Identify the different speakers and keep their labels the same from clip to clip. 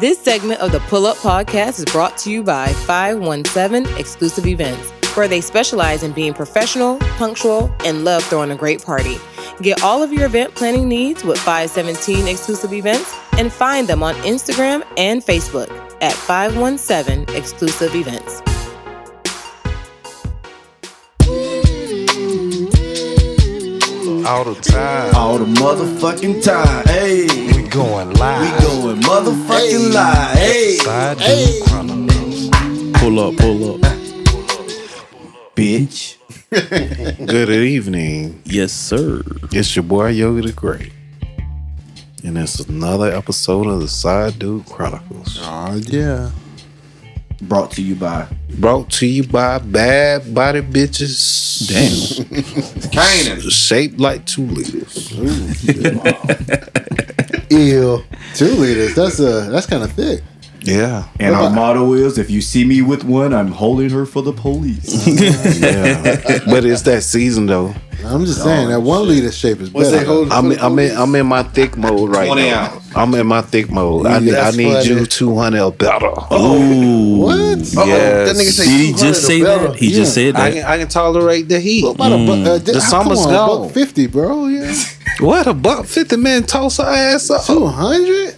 Speaker 1: This segment of the Pull Up Podcast is brought to you by 517 Exclusive Events, where they specialize in being professional, punctual, and love throwing a great party. Get all of your event planning needs with 517 Exclusive Events and find them on Instagram and Facebook at 517 Exclusive Events.
Speaker 2: All the time.
Speaker 3: All the motherfucking time. Hey,
Speaker 2: We going
Speaker 3: we
Speaker 2: live.
Speaker 3: going motherfucking live. Hey,
Speaker 2: Side hey. Chronicles.
Speaker 4: Pull up, pull up.
Speaker 3: bitch.
Speaker 2: Good evening.
Speaker 4: Yes, sir.
Speaker 2: It's your boy Yogi the Great. And it's another episode of the Side Dude Chronicles.
Speaker 4: Oh yeah.
Speaker 3: Brought to you by
Speaker 2: Brought to you by Bad Body Bitches.
Speaker 4: Damn.
Speaker 3: Canaan.
Speaker 2: Shaped like two liters.
Speaker 5: Ew. Two liters. That's a that's kind of thick.
Speaker 2: Yeah.
Speaker 3: And our motto is: If you see me with one, I'm holding her for the police.
Speaker 2: Yeah. but it's that season though.
Speaker 5: I'm just saying that one liter shape is
Speaker 6: What's
Speaker 5: better.
Speaker 6: that hold?
Speaker 2: I'm in, I'm in I'm in my thick mode right
Speaker 3: 20
Speaker 2: now.
Speaker 3: ounce.
Speaker 2: I'm in my thick mode. I need, I
Speaker 5: That's
Speaker 2: need you
Speaker 5: funny.
Speaker 2: 200 or better.
Speaker 4: Oh.
Speaker 5: What?
Speaker 6: Uh-oh,
Speaker 2: Yes.
Speaker 6: That nigga say
Speaker 4: Did he just say that? He just said
Speaker 2: I
Speaker 4: that.
Speaker 2: can, I can tolerate the heat.
Speaker 5: About a bu- uh,
Speaker 2: mm. the
Speaker 5: how-
Speaker 2: summer's
Speaker 5: come on,
Speaker 2: gone.
Speaker 5: buck Fifty, bro. Yeah.
Speaker 2: What a buck fifty man toss her ass up.
Speaker 5: Two hundred.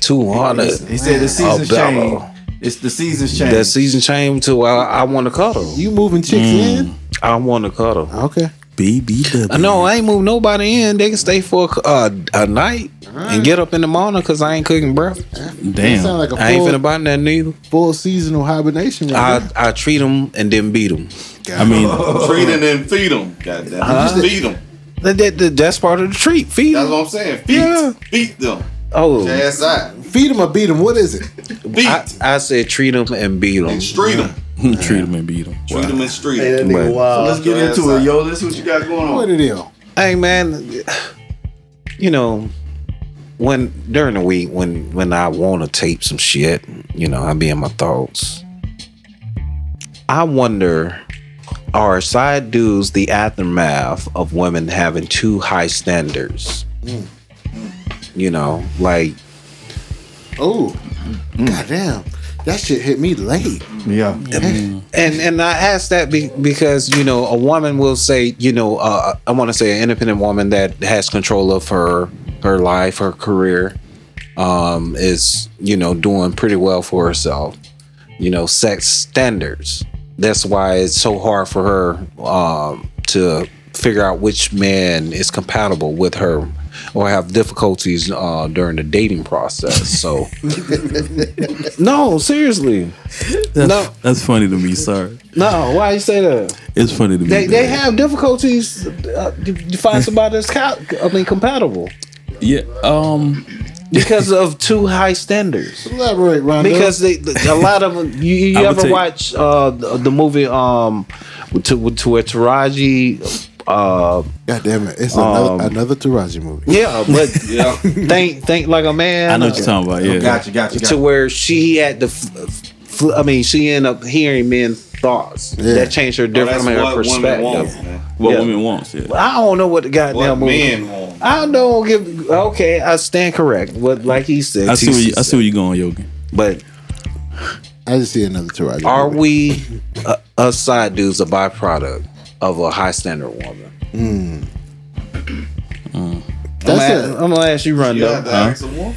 Speaker 2: Two hundred.
Speaker 3: He said the season's
Speaker 2: Alabama.
Speaker 3: changed. It's the season's changed.
Speaker 2: That season changed to I, I want to cuddle.
Speaker 5: You moving chicks
Speaker 2: Mm.
Speaker 5: in?
Speaker 2: I want to cuddle.
Speaker 5: Okay.
Speaker 4: BBW.
Speaker 2: I know I ain't move nobody in. They can stay for a, uh, a night and get up in the morning because I ain't cooking breakfast.
Speaker 5: That sound
Speaker 4: Damn.
Speaker 5: like a
Speaker 2: I ain't
Speaker 5: full,
Speaker 2: finna buy nothing neither.
Speaker 5: full seasonal hibernation. Right
Speaker 2: I I treat them and then beat them.
Speaker 4: I mean,
Speaker 6: treat and then feed them. Goddamn, feed them.
Speaker 2: That, that, that- that's part of the treat. Feed
Speaker 6: That's
Speaker 2: 'em.
Speaker 6: what I'm saying. Feed,
Speaker 2: Yeah.
Speaker 6: feed them.
Speaker 2: Oh,
Speaker 6: Jazz out.
Speaker 5: there. Feed them or beat them. What is it?
Speaker 6: Feed,
Speaker 2: I, I said treat them and beat them.
Speaker 6: and street them.
Speaker 4: treat him and beat him.
Speaker 6: Treat them and street
Speaker 7: Hey, that
Speaker 6: 'em.
Speaker 7: nigga
Speaker 2: But-
Speaker 7: wild.
Speaker 3: Let's get
Speaker 6: That's
Speaker 3: into
Speaker 6: right.
Speaker 3: it, yo. This what you got going on.
Speaker 5: What it is?
Speaker 2: Hey man, you know when during the week when when I want to tape some shit, you know I be in my thoughts. I wonder, are side dudes the aftermath of women having too high standards? You know, like
Speaker 5: Oh,
Speaker 2: Mm.
Speaker 5: goddamn. That shit hit me late.
Speaker 3: Yeah.
Speaker 2: and and I ask that be, because you know a woman will say you know uh, I want to say an independent woman that has control of her her life her career um, is you know doing pretty well for herself you know sex standards that's why it's so hard for her um, to figure out which man is compatible with her or have difficulties uh, during the dating process so no seriously
Speaker 4: That's,
Speaker 2: No.
Speaker 4: that's funny to me, sir.
Speaker 2: no why you say that
Speaker 4: It's funny to me.
Speaker 2: they, they
Speaker 4: that-
Speaker 2: have difficulties uh, to to find somebody that's co- I mean compatible
Speaker 4: Yeah. Um.
Speaker 2: because of too high standards.
Speaker 5: Elaborate, Rondo.
Speaker 2: Because they a lot of them- you, you
Speaker 4: I would
Speaker 2: ever
Speaker 4: take-
Speaker 2: watch uh, the, the movie um to to where Taraji uh
Speaker 5: goddamn it, it's another another Taraji movie.
Speaker 2: Um, yeah but yeah think think like a man
Speaker 4: I know what you're talking about. Yeah.
Speaker 3: Gotcha. Gotcha.
Speaker 2: to
Speaker 3: Gotcha.
Speaker 2: where she had the f- f- I mean she ended up hearing men's thoughts
Speaker 5: Yeah.
Speaker 2: that changed her
Speaker 6: Well,
Speaker 2: different I mean, her
Speaker 6: Oh, that's what women want,
Speaker 2: perspective.
Speaker 6: man.
Speaker 4: What
Speaker 2: Yeah.
Speaker 4: women wants. Yeah.
Speaker 2: I don't know what the goddamn
Speaker 6: What
Speaker 2: movie.
Speaker 6: men want.
Speaker 2: I don't give. Okay, I stand correct. What like he said.
Speaker 4: I see. Where you, I
Speaker 2: TC
Speaker 4: see where you going, Yogi.
Speaker 2: said. But
Speaker 5: I just see another Taraji.
Speaker 2: are
Speaker 5: movie.
Speaker 2: we uh, us side dudes a byproduct of a high standard woman?
Speaker 5: That's
Speaker 2: I'm,
Speaker 5: it.
Speaker 2: gonna, I'm gonna ask you,
Speaker 6: You
Speaker 2: Rondo.
Speaker 6: have to ask a woman.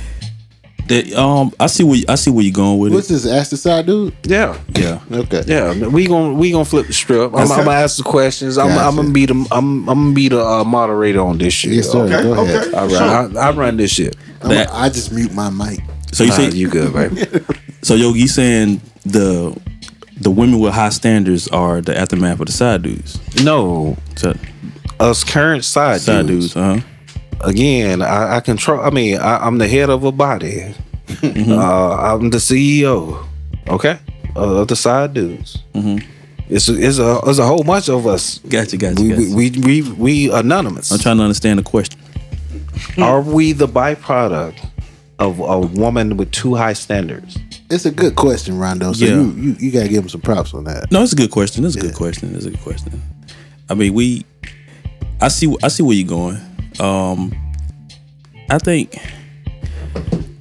Speaker 4: That um. I see where. You, I see where you going with
Speaker 5: What's
Speaker 4: it.
Speaker 5: this? Ask the side dude.
Speaker 2: Yeah,
Speaker 4: Yeah.
Speaker 5: Okay.
Speaker 2: yeah. We gonna we gonna flip the strip. I'm, I'm gonna ask the questions. I'm, I'm gonna be the I'm, I'm gonna be the uh, moderator on this shit.
Speaker 5: Yes, sir. Go ahead.
Speaker 2: All right, I, I run this shit.
Speaker 5: I'm
Speaker 4: That-
Speaker 5: a- I just mute my mic.
Speaker 4: So you
Speaker 2: Nah,
Speaker 4: see.
Speaker 2: you good, baby?
Speaker 4: So Yogi you saying the the women with high standards are the aftermath of the side dudes.
Speaker 2: no,
Speaker 4: So,
Speaker 2: us current side,
Speaker 4: side
Speaker 2: dudes.
Speaker 4: dudes. Uh huh.
Speaker 2: again, I, I control. I mean, I, I'm the head of a body.
Speaker 4: Mm-hmm.
Speaker 2: uh, I'm the CEO. Okay, uh, of the side dudes.
Speaker 4: Mm-hmm.
Speaker 2: It's it's a it's a whole bunch of us.
Speaker 4: Gotcha. Gotcha.
Speaker 2: We,
Speaker 4: gotcha.
Speaker 2: we, we we we anonymous.
Speaker 4: I'm trying to understand the question.
Speaker 2: Are we the byproduct of a woman with too high standards?
Speaker 5: It's a good question, Rondo. So
Speaker 4: Yeah.
Speaker 5: you, you you gotta give him some props on that.
Speaker 4: No, it's a good question. It's a good question. It's a good question. I mean, we. I see. I see where you're going. Um, I think.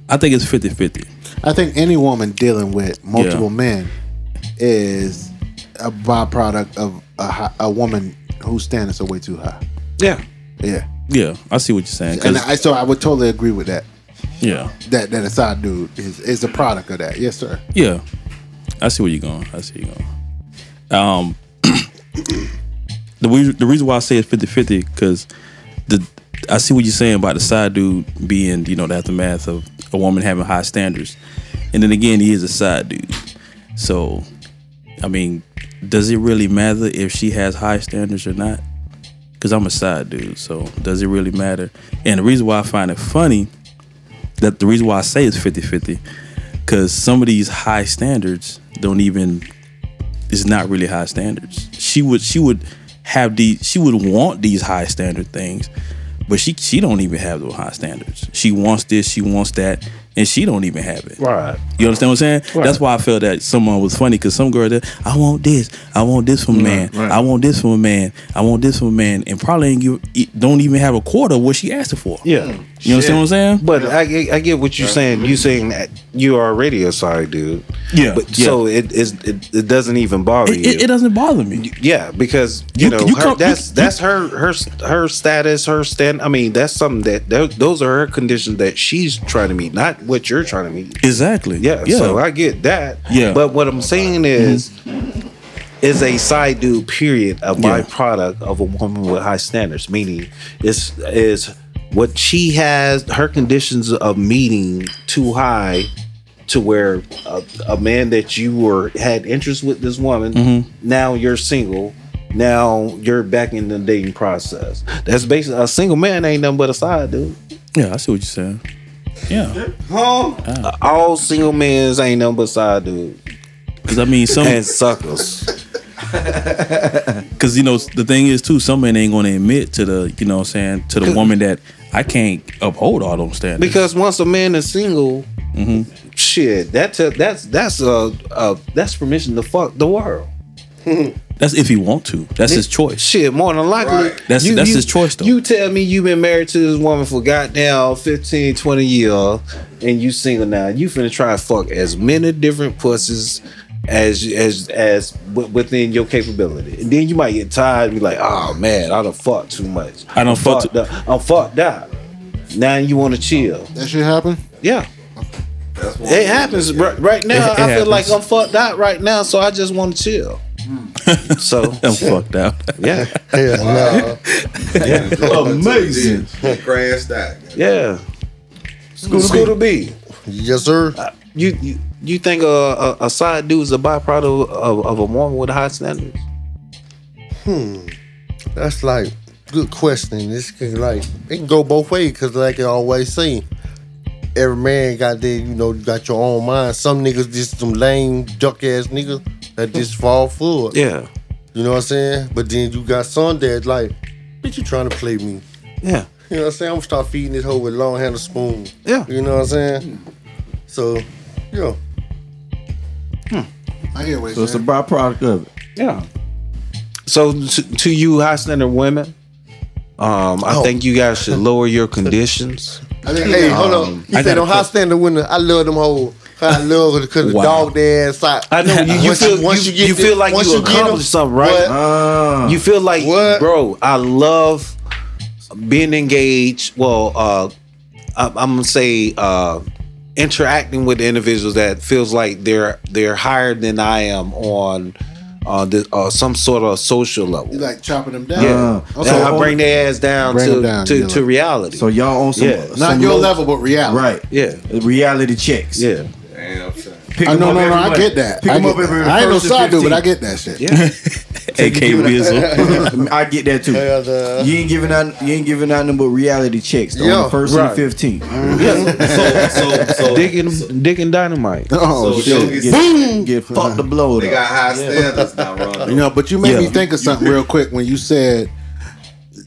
Speaker 4: I think it's 50-50.
Speaker 5: I think any woman dealing with multiple
Speaker 4: Yeah.
Speaker 5: men is a byproduct of a, hi- a woman whose standards are way too high.
Speaker 2: Yeah.
Speaker 5: Yeah,
Speaker 4: Yeah, I see what you're saying. 'cause-
Speaker 5: and I, so I would totally agree with that.
Speaker 4: yeah,
Speaker 5: That that a side dude is is a product of that. Yes, sir.
Speaker 4: yeah, I see where you're going. I see where you're going. Um, the re- the reason why I say it's 50 50 because the I see what you're saying about the side dude being you know the aftermath of a woman having high standards, and then again he is a side dude. So, I mean, does it really matter if she has high standards or not? Because I'm a side dude, so does it really matter? And the reason why I find it funny that the reason why I say it's 50 50 because some of these high standards don't even it's not really high standards she would she would have these she would want these high standard things but she she don't even have those high standards she wants this she wants that and she don't even have it
Speaker 2: Right.
Speaker 4: you understand what I'm saying? That's why I felt that someone was funny because some girl that I want this, I want this from a man,
Speaker 3: right.
Speaker 4: I want this from a man, I want this from a man, and probably ain't give, e- don't even have a quarter of what she asked for.
Speaker 2: Yeah.
Speaker 4: you understand what I'm saying?
Speaker 2: But I, I get what you're saying. You saying that you are already a side dude.
Speaker 4: Yeah,
Speaker 2: But
Speaker 4: yeah.
Speaker 2: so it is. It, it doesn't even bother
Speaker 4: It,
Speaker 2: you.
Speaker 4: it, it doesn't bother me.
Speaker 2: yeah, because you,
Speaker 4: You-
Speaker 2: know
Speaker 4: you
Speaker 2: her,
Speaker 4: come-
Speaker 2: that's
Speaker 4: you-
Speaker 2: that's her her her status, her stand. I mean, that's something that tho- those are her conditions that she's trying to meet, not what you're trying to meet.
Speaker 4: Exactly.
Speaker 2: Yeah,
Speaker 4: Yeah.
Speaker 2: so I get that.
Speaker 4: Yeah.
Speaker 2: but what I'm saying is, is a side dude. Period, a
Speaker 4: Yeah.
Speaker 2: byproduct of a woman with high standards. Meaning, is is what she has her conditions of meeting too high to where a, a man that you were had interest with this woman
Speaker 4: Mm-hmm.
Speaker 2: now you're single now you're back in the dating process that's basically a single man ain't nothing but a side dude
Speaker 4: yeah, I see what you're saying. Yeah,
Speaker 6: Huh?
Speaker 4: Uh,
Speaker 2: all single men's ain't nothing but side dude
Speaker 4: because I mean, some
Speaker 2: and suckers
Speaker 4: because you know the thing is too, some men ain't gonna admit to the you know what I'm saying to the woman that I can't uphold all those standards.
Speaker 2: Because once a man is single,
Speaker 4: Mm-hmm.
Speaker 2: shit, that's a, that's that's a, a that's permission to fuck the world.
Speaker 4: that's if he want to. That's his choice.
Speaker 2: Shit, more than likely.
Speaker 6: Right.
Speaker 4: That's- that's his choice, though.
Speaker 2: You tell me you've been married to this woman for goddamn 15, 20 years, and you single now. You finna try and fuck as many different pussies as as as w- within your capability. And then you might get tired and be like, oh man, I done fucked too much.
Speaker 4: I done
Speaker 2: I'm
Speaker 4: fucked-
Speaker 2: fucked up. I'm fucked up. Now you wanna chill.
Speaker 5: That shit happen.
Speaker 2: Yeah. It happens right, right now.
Speaker 4: It- it
Speaker 2: I feel like I'm
Speaker 4: happens.
Speaker 2: fucked out right now, so I just want to chill. so
Speaker 4: I'm fucked out.
Speaker 2: yeah,
Speaker 7: Yeah, no.
Speaker 3: Amazing.
Speaker 7: Crash that.
Speaker 2: yeah. Scooter B,
Speaker 7: Yes, sir.
Speaker 2: Uh, you you, you think a, a, a side dude is a byproduct of, of a woman with high standards?
Speaker 7: That's like good question. This can like it can go both ways because like I always say, every man got their you know you got your own mind. Some niggas just some lame duck ass niggas that just fall for it.
Speaker 2: Yeah,
Speaker 7: You know what I'm saying? But then you got some that like, bitch, you trying to play me?
Speaker 2: yeah,
Speaker 7: You know what I'm saying? I'm gonna start feeding this hoe with long handled spoon.
Speaker 2: Yeah.
Speaker 7: You know what I'm saying? So, yeah.
Speaker 5: I hear what
Speaker 3: So
Speaker 5: you're
Speaker 3: it's a
Speaker 5: saying.
Speaker 3: byproduct of it.
Speaker 2: yeah. So to, to you, high standard women, um, I
Speaker 7: Oh.
Speaker 2: think you guys should lower your conditions.
Speaker 5: I think
Speaker 7: Hey,
Speaker 5: um,
Speaker 7: hold up. You
Speaker 4: I
Speaker 7: said
Speaker 4: got
Speaker 7: on
Speaker 4: a
Speaker 7: high standard window. I love them whole. I love because the
Speaker 4: Wow.
Speaker 7: dog their ass out.
Speaker 2: I know you, you
Speaker 7: Once
Speaker 2: feel
Speaker 7: once
Speaker 2: you,
Speaker 7: get
Speaker 2: you
Speaker 7: the-
Speaker 2: feel like
Speaker 7: once
Speaker 2: you
Speaker 7: get 'em,
Speaker 2: accomplished something, right?
Speaker 7: what?
Speaker 3: Ah.
Speaker 2: You feel like,
Speaker 7: What?
Speaker 2: bro, I love being engaged. Well, uh, I, I'm gonna say uh, interacting with individuals that feels like they're they're higher than I am on uh, the, uh, some sort of social level.
Speaker 5: you like chopping them down.
Speaker 2: yeah,
Speaker 3: Ah.
Speaker 2: so
Speaker 5: Okay.
Speaker 2: I bring their ass down
Speaker 5: Bring
Speaker 2: to
Speaker 5: 'em down,
Speaker 2: to,
Speaker 5: yeah.
Speaker 2: to reality.
Speaker 3: so y'all on some,
Speaker 2: Yeah.
Speaker 3: some
Speaker 5: Not your
Speaker 3: low-
Speaker 5: level, but reality.
Speaker 3: right?
Speaker 2: yeah,
Speaker 3: Reality checks.
Speaker 2: yeah,
Speaker 6: Damn, son.
Speaker 3: Pick
Speaker 5: I
Speaker 3: 'em
Speaker 5: know,
Speaker 3: up
Speaker 5: no, no,
Speaker 3: every
Speaker 5: I
Speaker 3: month.
Speaker 5: get that.
Speaker 3: Pick
Speaker 5: I,
Speaker 3: 'em
Speaker 5: get
Speaker 3: up every.
Speaker 5: that. I ain't no
Speaker 3: first to
Speaker 5: side dude, but I
Speaker 3: 15.
Speaker 5: get that shit.
Speaker 2: yeah.
Speaker 4: AK Wizzle.
Speaker 3: I get that too.
Speaker 7: And, uh,
Speaker 3: you ain't giving out. You ain't giving out nothing but reality checks. though,
Speaker 7: Yeah,
Speaker 3: on the first
Speaker 2: right.
Speaker 3: and fifteenth.
Speaker 6: So, so, so,
Speaker 2: digging digging dynamite.
Speaker 5: Oh
Speaker 6: so
Speaker 5: shit.
Speaker 6: Yogi said
Speaker 3: Boom. Get fucked the blow.
Speaker 6: They got high standards now,
Speaker 5: You
Speaker 6: Rondo.
Speaker 5: know, but you made me
Speaker 4: Yeah.
Speaker 5: think of something real quick when you said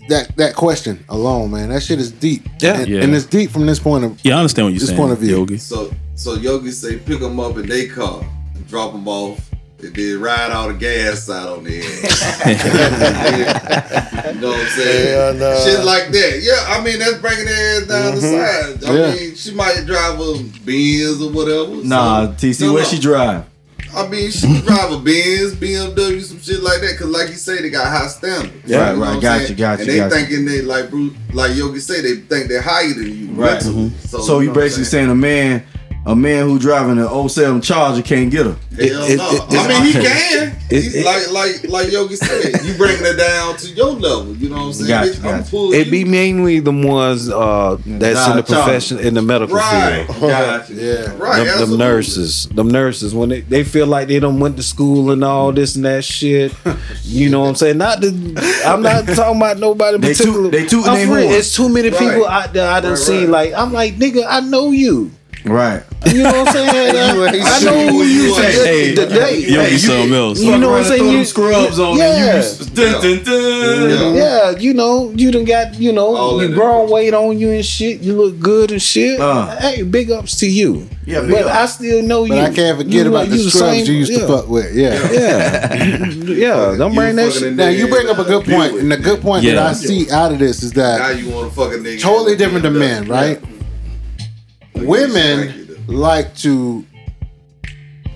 Speaker 5: that that question alone, man. That shit is deep.
Speaker 2: Yeah.
Speaker 5: and,
Speaker 4: Yeah.
Speaker 5: and it's deep from this point of
Speaker 4: yeah, I understand what you're
Speaker 5: This
Speaker 4: saying.
Speaker 5: point of view.
Speaker 4: Yogi.
Speaker 6: So, so Yogi say pick them up in they car and drop them off. They did ride all the gas out on the end. you know what I'm saying?
Speaker 7: And, uh,
Speaker 6: Shit like that. Yeah, I mean that's bringing their ass down the side. I
Speaker 5: Yeah.
Speaker 6: mean, she might drive a Benz or whatever.
Speaker 3: Nah,
Speaker 6: so-
Speaker 3: TC,
Speaker 6: No,
Speaker 3: where
Speaker 6: no.
Speaker 3: she drive?
Speaker 6: I mean, she can drive a Benz, BMW, some shit like that. Cause like you say, they got high standards.
Speaker 3: Yeah. Right,
Speaker 6: You know
Speaker 3: right.
Speaker 6: what I'm
Speaker 3: Got
Speaker 6: saying?
Speaker 3: you, got
Speaker 6: And
Speaker 3: you,
Speaker 6: they
Speaker 3: got you.
Speaker 6: thinking they like Bruce, like Yogi say, they think they're higher than you.
Speaker 3: Right. Mm-hmm.
Speaker 6: mentally. So,
Speaker 3: So Oh, you
Speaker 6: know what I'm
Speaker 3: basically saying a man, a man who driving an 07 Charger can't get her.
Speaker 6: Hell
Speaker 2: It- it-
Speaker 6: no.
Speaker 2: it-
Speaker 6: I mean, he can.
Speaker 2: It-
Speaker 6: He's
Speaker 2: it-
Speaker 6: like like like Yogi said, you bringing it down to your level. You know what I'm saying?
Speaker 3: Gotcha,
Speaker 6: Bitch, I'm
Speaker 3: gotcha.
Speaker 6: full.
Speaker 2: It be mainly the ones uh, that's
Speaker 3: Nah,
Speaker 2: in the
Speaker 3: Charlie.
Speaker 2: profession in the medical
Speaker 6: right,
Speaker 2: field.
Speaker 5: Yeah.
Speaker 6: right.
Speaker 2: Them, them
Speaker 6: absolutely.
Speaker 2: nurses, them nurses, when they, they feel like they don't went to school and all this and that shit, you know what I'm saying? Not the, I'm not talking about nobody in
Speaker 3: They toot-
Speaker 2: particular.
Speaker 3: they tooting
Speaker 2: I'm
Speaker 3: they
Speaker 2: for real,
Speaker 3: horn.
Speaker 2: It's too many
Speaker 6: Right.
Speaker 2: people out there I done
Speaker 6: Right,
Speaker 2: seen. Like I'm like, nigga, I know you.
Speaker 3: Right.
Speaker 2: You know what I'm saying?
Speaker 7: You
Speaker 2: I,
Speaker 7: ain't
Speaker 2: I
Speaker 7: shit.
Speaker 2: know who you are
Speaker 3: Hey,
Speaker 2: today.
Speaker 4: Yogi something else.
Speaker 2: You know what I'm saying?
Speaker 3: Throw
Speaker 2: You-
Speaker 3: them scrubs on
Speaker 2: yeah.
Speaker 3: and you- dun, dun, dun.
Speaker 6: Yeah.
Speaker 2: Yeah, you know, you done got, you know,
Speaker 6: All
Speaker 2: you
Speaker 6: that
Speaker 2: grown weight on you and shit. You look good and shit.
Speaker 3: Uh.
Speaker 2: hey, big ups to you.
Speaker 3: Yeah, big
Speaker 2: but
Speaker 3: ups.
Speaker 2: I still know you.
Speaker 5: But I can't forget
Speaker 2: You
Speaker 5: about
Speaker 2: like-
Speaker 5: the
Speaker 2: you
Speaker 5: scrubs
Speaker 2: same-
Speaker 5: you used
Speaker 2: yeah.
Speaker 5: to fuck with. Yeah.
Speaker 2: Yeah, yeah. Don't
Speaker 6: You
Speaker 2: bring that
Speaker 6: fucking
Speaker 2: shit.
Speaker 6: in
Speaker 5: Now
Speaker 6: there,
Speaker 5: you bring up a good
Speaker 6: uh,
Speaker 5: point,
Speaker 6: deal
Speaker 5: and the
Speaker 6: with
Speaker 5: good point that
Speaker 4: Yeah.
Speaker 5: I see out of this is
Speaker 6: it. Now
Speaker 5: that
Speaker 6: you want to fuck a nigga?
Speaker 5: totally different to
Speaker 6: Yeah.
Speaker 5: men, right?
Speaker 6: Yeah.
Speaker 5: Women like to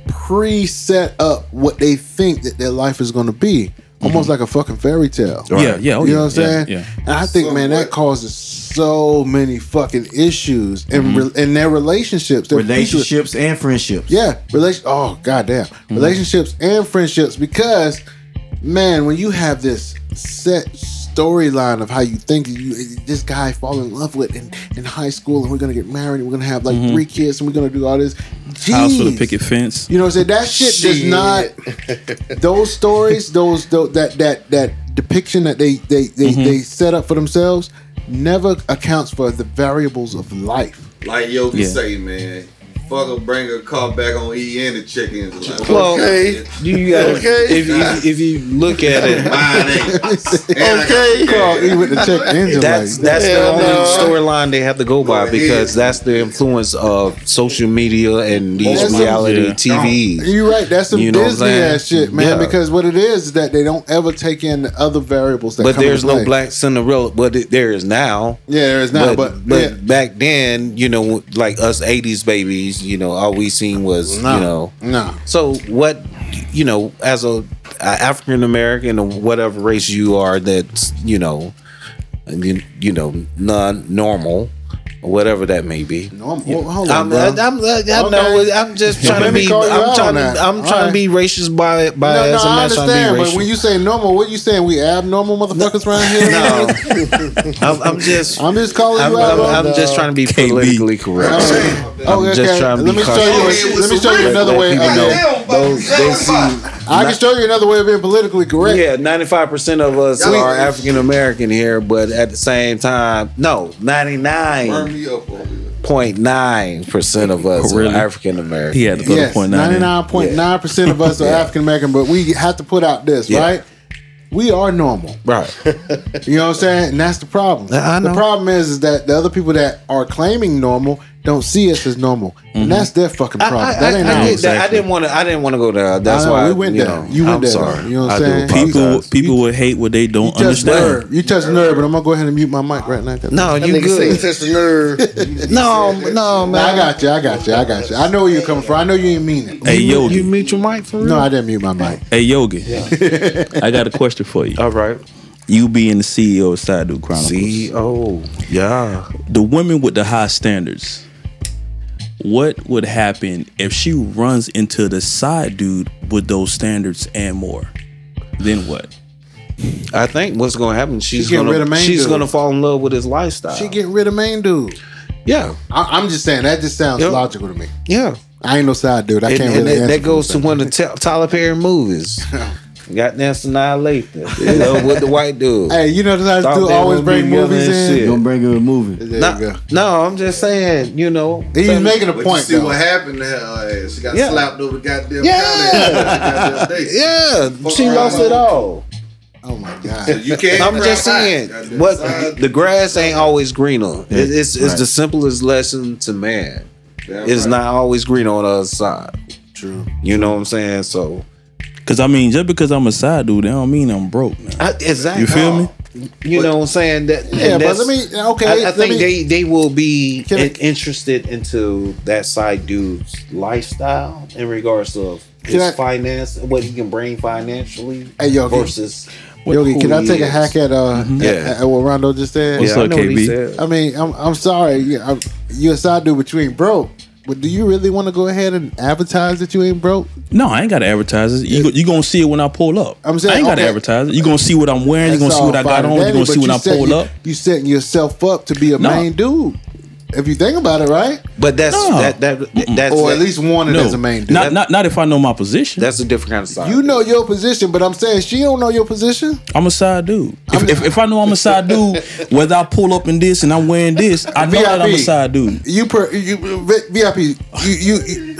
Speaker 5: pre-set up what they think that their life is going to be, almost like a fucking fairy tale.
Speaker 4: Yeah, yeah, oh
Speaker 5: you
Speaker 4: yeah,
Speaker 5: know what I'm
Speaker 4: yeah,
Speaker 5: saying?
Speaker 4: yeah.
Speaker 5: And I think,
Speaker 6: So
Speaker 5: man, that
Speaker 6: what-
Speaker 5: causes so many fucking issues in re- in their relationships. Their future-
Speaker 3: Relationships and friendships.
Speaker 5: yeah, relation. Oh goddamn,
Speaker 4: Mm-hmm.
Speaker 5: relationships and friendships. Because man, when you have this set storyline of how you think you this guy I fall in love with in, in high school, and we're gonna get married, and we're gonna have like three kids, and we're gonna do all this. Jeez.
Speaker 4: Mm-hmm. House with a picket fence.
Speaker 5: You know what I'm saying? That shit, does
Speaker 7: Shit.
Speaker 5: not. Those stories, those, those that that that depiction that they they they,
Speaker 4: Mm-hmm.
Speaker 5: they set up for themselves, never accounts for the variables of life.
Speaker 6: like Yogi
Speaker 4: Yeah.
Speaker 6: say, man. Fuck her, bring her car back on E and the chickens. Like,
Speaker 2: Well,
Speaker 7: Okay.
Speaker 2: You gotta,
Speaker 7: Okay.
Speaker 2: if, if, if you look at it,
Speaker 6: mine ain't. And I got-
Speaker 7: Okay.
Speaker 5: Carl, he went to check the engine
Speaker 2: that's
Speaker 5: light.
Speaker 2: that's the
Speaker 7: Hell
Speaker 2: only
Speaker 7: no.
Speaker 2: storyline they have to go by
Speaker 6: Go ahead.
Speaker 2: because that's the influence of social media and these
Speaker 5: That's-
Speaker 2: reality
Speaker 4: Yeah.
Speaker 2: TVs.
Speaker 5: You're right. That's some
Speaker 2: You know what I'm
Speaker 5: Disney
Speaker 2: saying?
Speaker 5: ass shit, man.
Speaker 2: Yeah.
Speaker 5: Because what it is is that they don't ever take in the other variables that.
Speaker 2: But
Speaker 5: come
Speaker 2: there's
Speaker 5: into
Speaker 2: no
Speaker 5: play.
Speaker 2: black Cinderella. But it, there is now.
Speaker 5: Yeah, there is now, but,
Speaker 2: but
Speaker 5: yeah.
Speaker 2: back then, you know, like us '80s babies, you know, all we seen was
Speaker 5: Nah.
Speaker 2: you know.
Speaker 5: Nah.
Speaker 2: So what, you know, as a, a African American or whatever race you are, that's you know, I mean, you know, non-normal, or whatever that may be.
Speaker 5: No, I'm, hold- hold on,
Speaker 2: I'm,
Speaker 5: bro.
Speaker 2: I'm, I'm, I know.
Speaker 5: Okay.
Speaker 2: I'm just
Speaker 5: Well,
Speaker 2: trying to
Speaker 5: let me
Speaker 2: be.
Speaker 5: call you
Speaker 2: I'm
Speaker 5: out
Speaker 2: trying.
Speaker 5: on that.
Speaker 2: To, I'm trying to
Speaker 5: Alright.
Speaker 2: be racist by by
Speaker 5: no, no,
Speaker 2: as I'm
Speaker 5: I
Speaker 2: not trying
Speaker 5: understand,
Speaker 2: to be
Speaker 5: but when
Speaker 2: racist.
Speaker 5: you say normal, what you saying? We abnormal motherfuckers around here?
Speaker 2: I'm, I'm just.
Speaker 5: I'm
Speaker 2: I'm,
Speaker 5: just calling
Speaker 2: I'm,
Speaker 5: you out. on
Speaker 2: I'm
Speaker 5: that.
Speaker 2: just trying to be politically correct.
Speaker 5: Oh,
Speaker 2: I'm just trying to
Speaker 5: Let
Speaker 2: be
Speaker 5: me show
Speaker 2: cautious.
Speaker 5: you. Let me show you
Speaker 2: Let-
Speaker 5: another
Speaker 2: let
Speaker 5: way.
Speaker 2: people
Speaker 5: I-
Speaker 2: know.
Speaker 6: Damn,
Speaker 2: Those-
Speaker 6: fuck,
Speaker 2: they
Speaker 6: fuck,
Speaker 2: see-
Speaker 6: fuck.
Speaker 5: I can show you another way of being politically correct.
Speaker 2: Yeah, ninety five percent of us
Speaker 6: Y'all-
Speaker 2: are African American here, but at the same time, no, ninety
Speaker 6: Burn
Speaker 2: nine
Speaker 6: me up over here.
Speaker 2: point nine percent of us
Speaker 4: Really?
Speaker 2: are African American.
Speaker 4: He had to put a
Speaker 5: Yes,
Speaker 4: point nine. in.
Speaker 5: 99.9% of us are African American, but we have to put out this,
Speaker 2: Yeah.
Speaker 5: right? We are normal.
Speaker 2: right.
Speaker 5: You know what I'm saying? And that's the problem.
Speaker 2: I- I know.
Speaker 5: The problem is, is that the other people that are claiming normal don't see us as normal. And that's their
Speaker 2: Mm-hmm.
Speaker 5: fucking
Speaker 2: I,
Speaker 5: problem.
Speaker 2: I,
Speaker 5: that
Speaker 2: I,
Speaker 5: ain't
Speaker 2: I,
Speaker 5: ours.
Speaker 2: did that. I didn't want to. I didn't want to go there. That's
Speaker 5: I know,
Speaker 2: why
Speaker 5: we went
Speaker 2: you
Speaker 5: there.
Speaker 2: Know,
Speaker 5: You went
Speaker 2: I'm
Speaker 5: there,
Speaker 2: Sorry.
Speaker 5: you know what I'm
Speaker 2: I
Speaker 5: saying?
Speaker 2: Do
Speaker 4: People,
Speaker 2: apologize.
Speaker 4: people would hate what they don't
Speaker 5: You touched
Speaker 4: understand.
Speaker 5: nerve. You touched nerve, but I'm gonna go ahead and mute my mic right now.
Speaker 2: no,
Speaker 7: That
Speaker 2: you
Speaker 7: nigga say he
Speaker 2: good.
Speaker 7: touched the nerve.
Speaker 2: No, no,
Speaker 5: Nah, I
Speaker 2: man.
Speaker 5: got you. I got you. I got you. I know where you're coming from. I know you ain't mean it.
Speaker 2: Mm-hmm.
Speaker 4: Hey Yogi,
Speaker 2: You mute your mic for real.
Speaker 5: No, I didn't mute my mic.
Speaker 4: hey Yogi, I got a question for you.
Speaker 2: All right.
Speaker 4: You being the CEO of Side Dude Chronicles,
Speaker 2: See. Oh, yeah.
Speaker 4: the women with the high standards. What would happen if she runs into the side dude with those standards and more? Then what?
Speaker 2: I think what's going to happen? She's
Speaker 5: getting
Speaker 2: going
Speaker 5: rid of
Speaker 2: to.
Speaker 5: main
Speaker 2: She's
Speaker 5: dude.
Speaker 2: going to fall in love with his lifestyle.
Speaker 5: She getting rid of main dude.
Speaker 2: yeah.
Speaker 5: I, I'm just saying that just sounds
Speaker 2: Yep.
Speaker 5: logical to me.
Speaker 2: Yeah.
Speaker 5: I ain't no side dude. I
Speaker 2: and,
Speaker 5: can't
Speaker 2: and
Speaker 5: really
Speaker 2: that,
Speaker 5: answer
Speaker 2: that
Speaker 5: for
Speaker 2: goes to
Speaker 5: myself.
Speaker 2: one of the Tyler Perry movies. Got Nancy Annihilator. You know, with the white dude.
Speaker 5: Hey, you know that I
Speaker 2: Stop
Speaker 5: do
Speaker 2: that
Speaker 5: always
Speaker 2: whole
Speaker 5: bring
Speaker 2: big yelling
Speaker 5: movies in.
Speaker 2: shit.
Speaker 3: Don't bring her a movie.
Speaker 5: There
Speaker 2: no,
Speaker 5: you go.
Speaker 2: no, I'm just saying, you know.
Speaker 5: He's
Speaker 2: some-
Speaker 5: making a
Speaker 6: But
Speaker 5: point.
Speaker 6: you see
Speaker 5: though.
Speaker 6: what happened to her ass. She got
Speaker 2: Yeah.
Speaker 6: slapped over the goddamn
Speaker 2: Yeah.
Speaker 6: county.
Speaker 2: Yeah, she
Speaker 6: around
Speaker 2: lost
Speaker 6: with
Speaker 2: it
Speaker 6: it.
Speaker 2: all.
Speaker 5: oh my
Speaker 6: So
Speaker 5: god.
Speaker 6: you can't.
Speaker 2: I'm just
Speaker 6: cry.
Speaker 2: saying,
Speaker 6: Goddamn
Speaker 2: what
Speaker 6: side.
Speaker 2: the grass ain't always greener. It- It's it's
Speaker 3: Right.
Speaker 2: the simplest lesson to man.
Speaker 6: Damn
Speaker 2: It's
Speaker 6: right.
Speaker 2: not always green on the other side.
Speaker 5: True.
Speaker 2: You know what I'm saying? So
Speaker 4: Cause I mean, just because I'm a side dude, that don't mean I'm broke. Now.
Speaker 2: I, exactly.
Speaker 4: You feel me?
Speaker 2: You know what I'm saying? That,
Speaker 5: Yeah,
Speaker 2: and
Speaker 5: but
Speaker 2: that's-
Speaker 5: let me. Okay,
Speaker 2: I, I
Speaker 5: let
Speaker 2: think
Speaker 5: me-
Speaker 2: they, they will be
Speaker 5: Can I-
Speaker 2: in- interested into that side dude's lifestyle in regards of
Speaker 5: Can
Speaker 2: his
Speaker 5: I-
Speaker 2: finance, what he can bring financially
Speaker 5: Hey, yo, can-
Speaker 2: versus.
Speaker 5: Yogi,
Speaker 2: who
Speaker 5: can I
Speaker 2: he
Speaker 5: take a
Speaker 2: is.
Speaker 5: hack at uh
Speaker 4: Mm-hmm.
Speaker 2: Yeah.
Speaker 5: at, at what Rondo just said?
Speaker 4: What's
Speaker 2: Yeah, I
Speaker 4: up,
Speaker 2: know what he
Speaker 4: KB?
Speaker 2: said.
Speaker 5: I mean, I'm I'm sorry, yeah, I'm, you a side dude, but you ain't broke. But do you really want to go ahead and advertise that you ain't broke?
Speaker 4: No, I ain't got to advertise it. You, go- you gonna see it when I pull up.
Speaker 5: I'm saying,
Speaker 4: I ain't got to
Speaker 5: okay.
Speaker 4: advertise it. You gonna see what I'm wearing. You
Speaker 5: That's
Speaker 4: gonna see
Speaker 5: all
Speaker 4: what I got
Speaker 5: fine and
Speaker 4: on. You
Speaker 5: dandy,
Speaker 4: gonna see
Speaker 5: but
Speaker 4: when
Speaker 5: you
Speaker 4: I
Speaker 5: setting
Speaker 4: pull
Speaker 5: you-
Speaker 4: up.
Speaker 5: You setting yourself up to be a
Speaker 4: No.
Speaker 5: main dude. If you think about it, right?
Speaker 2: But that's
Speaker 4: No.
Speaker 2: that that that's
Speaker 5: Or
Speaker 2: that-
Speaker 5: at least wanted
Speaker 4: No,
Speaker 5: as a main dude.
Speaker 4: not, not not if I know my position.
Speaker 2: that's a different kind of side.
Speaker 5: you know your position, but I'm saying she don't know your position.
Speaker 4: I'm a side dude. If, if, if I know I'm a side dude, whether I pull up in this and I'm wearing this, I know that I'm a
Speaker 5: VIP.
Speaker 4: side dude.
Speaker 5: You per you VIP. You you, you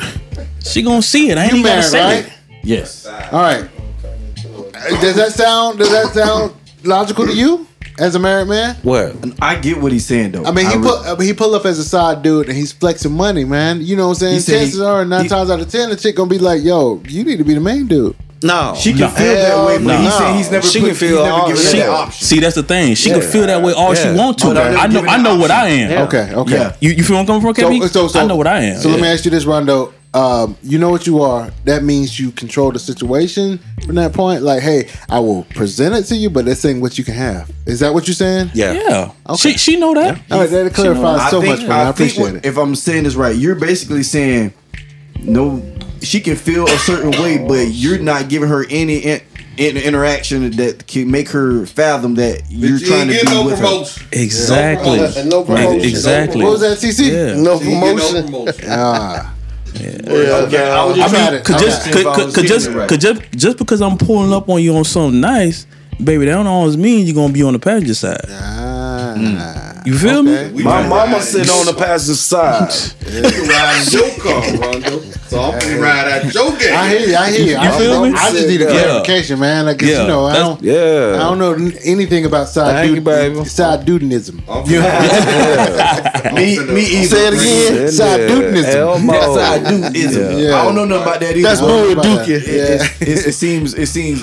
Speaker 4: She gonna see it. I ain't
Speaker 5: You
Speaker 4: even
Speaker 5: married,
Speaker 4: gotta say
Speaker 5: right?
Speaker 4: it. Yes.
Speaker 5: all right. Does that sound does that sound logical to you as a married man?
Speaker 2: what?
Speaker 3: I get what he's saying though.
Speaker 5: I mean, he uh,
Speaker 3: re-
Speaker 5: pull I mean, he pull up as a side dude and he's flexing money, man. You know what I'm saying?
Speaker 3: He said he-
Speaker 5: Chances are nine
Speaker 3: he-
Speaker 5: times out of ten, the chick gonna be like, "Yo, you need to be the main dude."
Speaker 2: No,
Speaker 3: She can feel that way, but
Speaker 2: no.
Speaker 3: he said he's never.
Speaker 2: She
Speaker 3: put,
Speaker 2: can feel
Speaker 3: he's never
Speaker 2: all
Speaker 3: given
Speaker 2: that.
Speaker 3: her
Speaker 4: She,
Speaker 3: that option.
Speaker 4: see, that's the thing. She can
Speaker 2: Yeah.
Speaker 4: feel that way all
Speaker 2: Yeah.
Speaker 4: she want to.
Speaker 3: But I
Speaker 4: I
Speaker 3: didn't
Speaker 4: know.
Speaker 3: give her
Speaker 4: I know
Speaker 3: the
Speaker 4: what I
Speaker 3: option.
Speaker 4: am.
Speaker 2: Yeah.
Speaker 5: Okay, okay.
Speaker 3: Yeah.
Speaker 4: You you feel where I'm coming from, KB? I know what I am.
Speaker 5: So let
Speaker 4: Yeah.
Speaker 5: me ask you this, Rondo. Um, you know what you are. That means you control the situation from that point. Like, hey, I will present it to you, but this ain't what you can have. Is that what you're saying?
Speaker 2: yeah,
Speaker 4: Yeah.
Speaker 5: Okay.
Speaker 4: She she know that.
Speaker 5: All right, that clarifies so much for me. I
Speaker 3: think
Speaker 5: appreciate
Speaker 3: what-
Speaker 5: it.
Speaker 3: If I'm saying this right, you're basically saying no. She can feel a certain way, but you're not giving her any in, in, interaction that can make her fathom that you're
Speaker 6: Bitch, you
Speaker 3: trying to
Speaker 6: ain't
Speaker 3: be
Speaker 6: getting no
Speaker 3: with her.
Speaker 6: promotion.
Speaker 4: Exactly.
Speaker 7: No promotion. No promotion.
Speaker 4: Exactly.
Speaker 5: What was that, CC?
Speaker 4: Yeah.
Speaker 6: You ain't
Speaker 7: No
Speaker 6: getting no
Speaker 7: promotion.
Speaker 6: promotion.
Speaker 3: I
Speaker 5: Ah,
Speaker 3: was just
Speaker 4: I
Speaker 5: tried
Speaker 4: mean,
Speaker 5: it.
Speaker 4: could
Speaker 5: I'm
Speaker 4: just
Speaker 3: not saying
Speaker 4: could, could,
Speaker 3: if I
Speaker 4: could
Speaker 3: was
Speaker 4: just
Speaker 3: getting it right.
Speaker 4: could just just because I'm pulling up on you on something nice, baby, that don't always mean you're gonna be on the passenger side.
Speaker 5: ah.
Speaker 4: You feel me?
Speaker 6: We
Speaker 2: My
Speaker 6: can
Speaker 2: mama
Speaker 6: ride-
Speaker 2: sit on the passenger side.
Speaker 6: You can ride in your car, Rondo. So I'm gonna ride out your game.
Speaker 5: I hear you. I hear you. I,
Speaker 4: feel
Speaker 5: don't-
Speaker 4: me?
Speaker 5: I just need a
Speaker 2: Yeah.
Speaker 5: clarification, man. Like, 'cause,
Speaker 4: Yeah.
Speaker 5: you know, I
Speaker 4: That's-
Speaker 5: don't.
Speaker 2: yeah.
Speaker 5: I don't know n- anything about side
Speaker 2: Thank you,
Speaker 5: dude,
Speaker 2: baby.
Speaker 5: side dudenism.
Speaker 6: I'm finna-
Speaker 3: Me-
Speaker 6: I'm finna-
Speaker 3: me
Speaker 6: I'm
Speaker 3: either.
Speaker 6: finna
Speaker 3: Say it
Speaker 6: bring
Speaker 3: again.
Speaker 6: you-
Speaker 5: Side dudenism.
Speaker 2: Elmo.
Speaker 3: That's how I do ism.
Speaker 5: Yeah.
Speaker 3: I don't know nothing about that either.
Speaker 5: That's
Speaker 3: but-
Speaker 5: Bull
Speaker 3: but
Speaker 5: Duke.
Speaker 3: It, it, it, it, seems. It seems.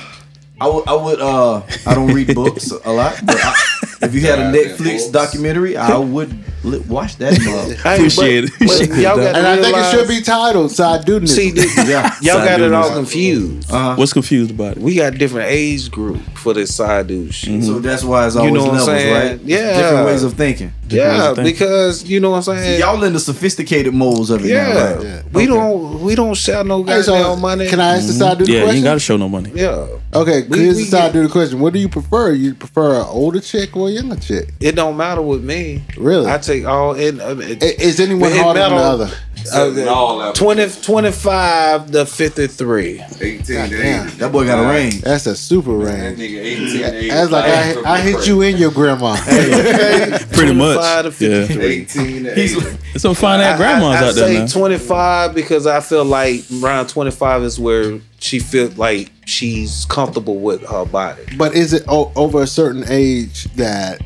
Speaker 3: I would. I would. Uh, I don't read books a lot. But I, if you had a
Speaker 6: Goddamn
Speaker 3: Netflix
Speaker 6: books.
Speaker 3: documentary, I would li- watch that. mug.
Speaker 2: Hey,
Speaker 4: Appreciate
Speaker 2: but-
Speaker 4: it.
Speaker 2: but y'all got
Speaker 5: And
Speaker 2: to
Speaker 5: I think it
Speaker 2: realize-
Speaker 5: should be titled side dudenism.
Speaker 2: See, th-
Speaker 3: Yeah.
Speaker 2: y'all
Speaker 4: Side
Speaker 2: got it
Speaker 4: dude
Speaker 2: all
Speaker 4: is-
Speaker 2: confused.
Speaker 4: What's confused about it?
Speaker 2: we got different age group for this side dude shit.
Speaker 4: Mm-hmm.
Speaker 3: So that's why it's always
Speaker 2: know what I'm
Speaker 3: levels,
Speaker 2: saying?
Speaker 3: right?
Speaker 2: Yeah.
Speaker 3: Different ways of thinking.
Speaker 2: Yeah,
Speaker 4: thing.
Speaker 2: because you know what I'm saying.
Speaker 3: Y'all in the sophisticated molds of it
Speaker 2: yeah,
Speaker 3: now, right?
Speaker 2: we don't we don't sell no
Speaker 5: Hey,
Speaker 2: goddamn
Speaker 5: so
Speaker 2: money.
Speaker 5: Can I ask the side dude
Speaker 4: Yeah, you
Speaker 5: question?
Speaker 4: ain't gotta show no money.
Speaker 2: Yeah,
Speaker 5: okay,
Speaker 2: We-
Speaker 5: here's
Speaker 2: we
Speaker 5: the side
Speaker 2: get-
Speaker 5: dude question. What do you prefer? You prefer an older chick or a younger chick?
Speaker 2: it don't matter with me.
Speaker 5: Really?
Speaker 2: I take all in. Uh,
Speaker 5: I- Is anyone
Speaker 2: But it
Speaker 5: harder than the
Speaker 2: metal-
Speaker 5: other?
Speaker 6: Setting all out.
Speaker 2: 20, 25 to 53.
Speaker 6: 18 to 80.
Speaker 5: Goddamn.
Speaker 3: That boy got a range.
Speaker 5: That's a super
Speaker 6: That
Speaker 5: range.
Speaker 6: nigga 18 to 80.
Speaker 5: That's like I, I hit you in your grandma.
Speaker 4: Pretty much.
Speaker 2: 25 to
Speaker 4: Yeah.
Speaker 2: 53.
Speaker 6: 18 to 80.
Speaker 4: There's some fine ass grandmas
Speaker 2: I, I
Speaker 4: out there
Speaker 2: say
Speaker 4: now.
Speaker 2: 25 because I feel like around 25 is where she feels like she's comfortable with her body.
Speaker 5: But is it o- over a certain age that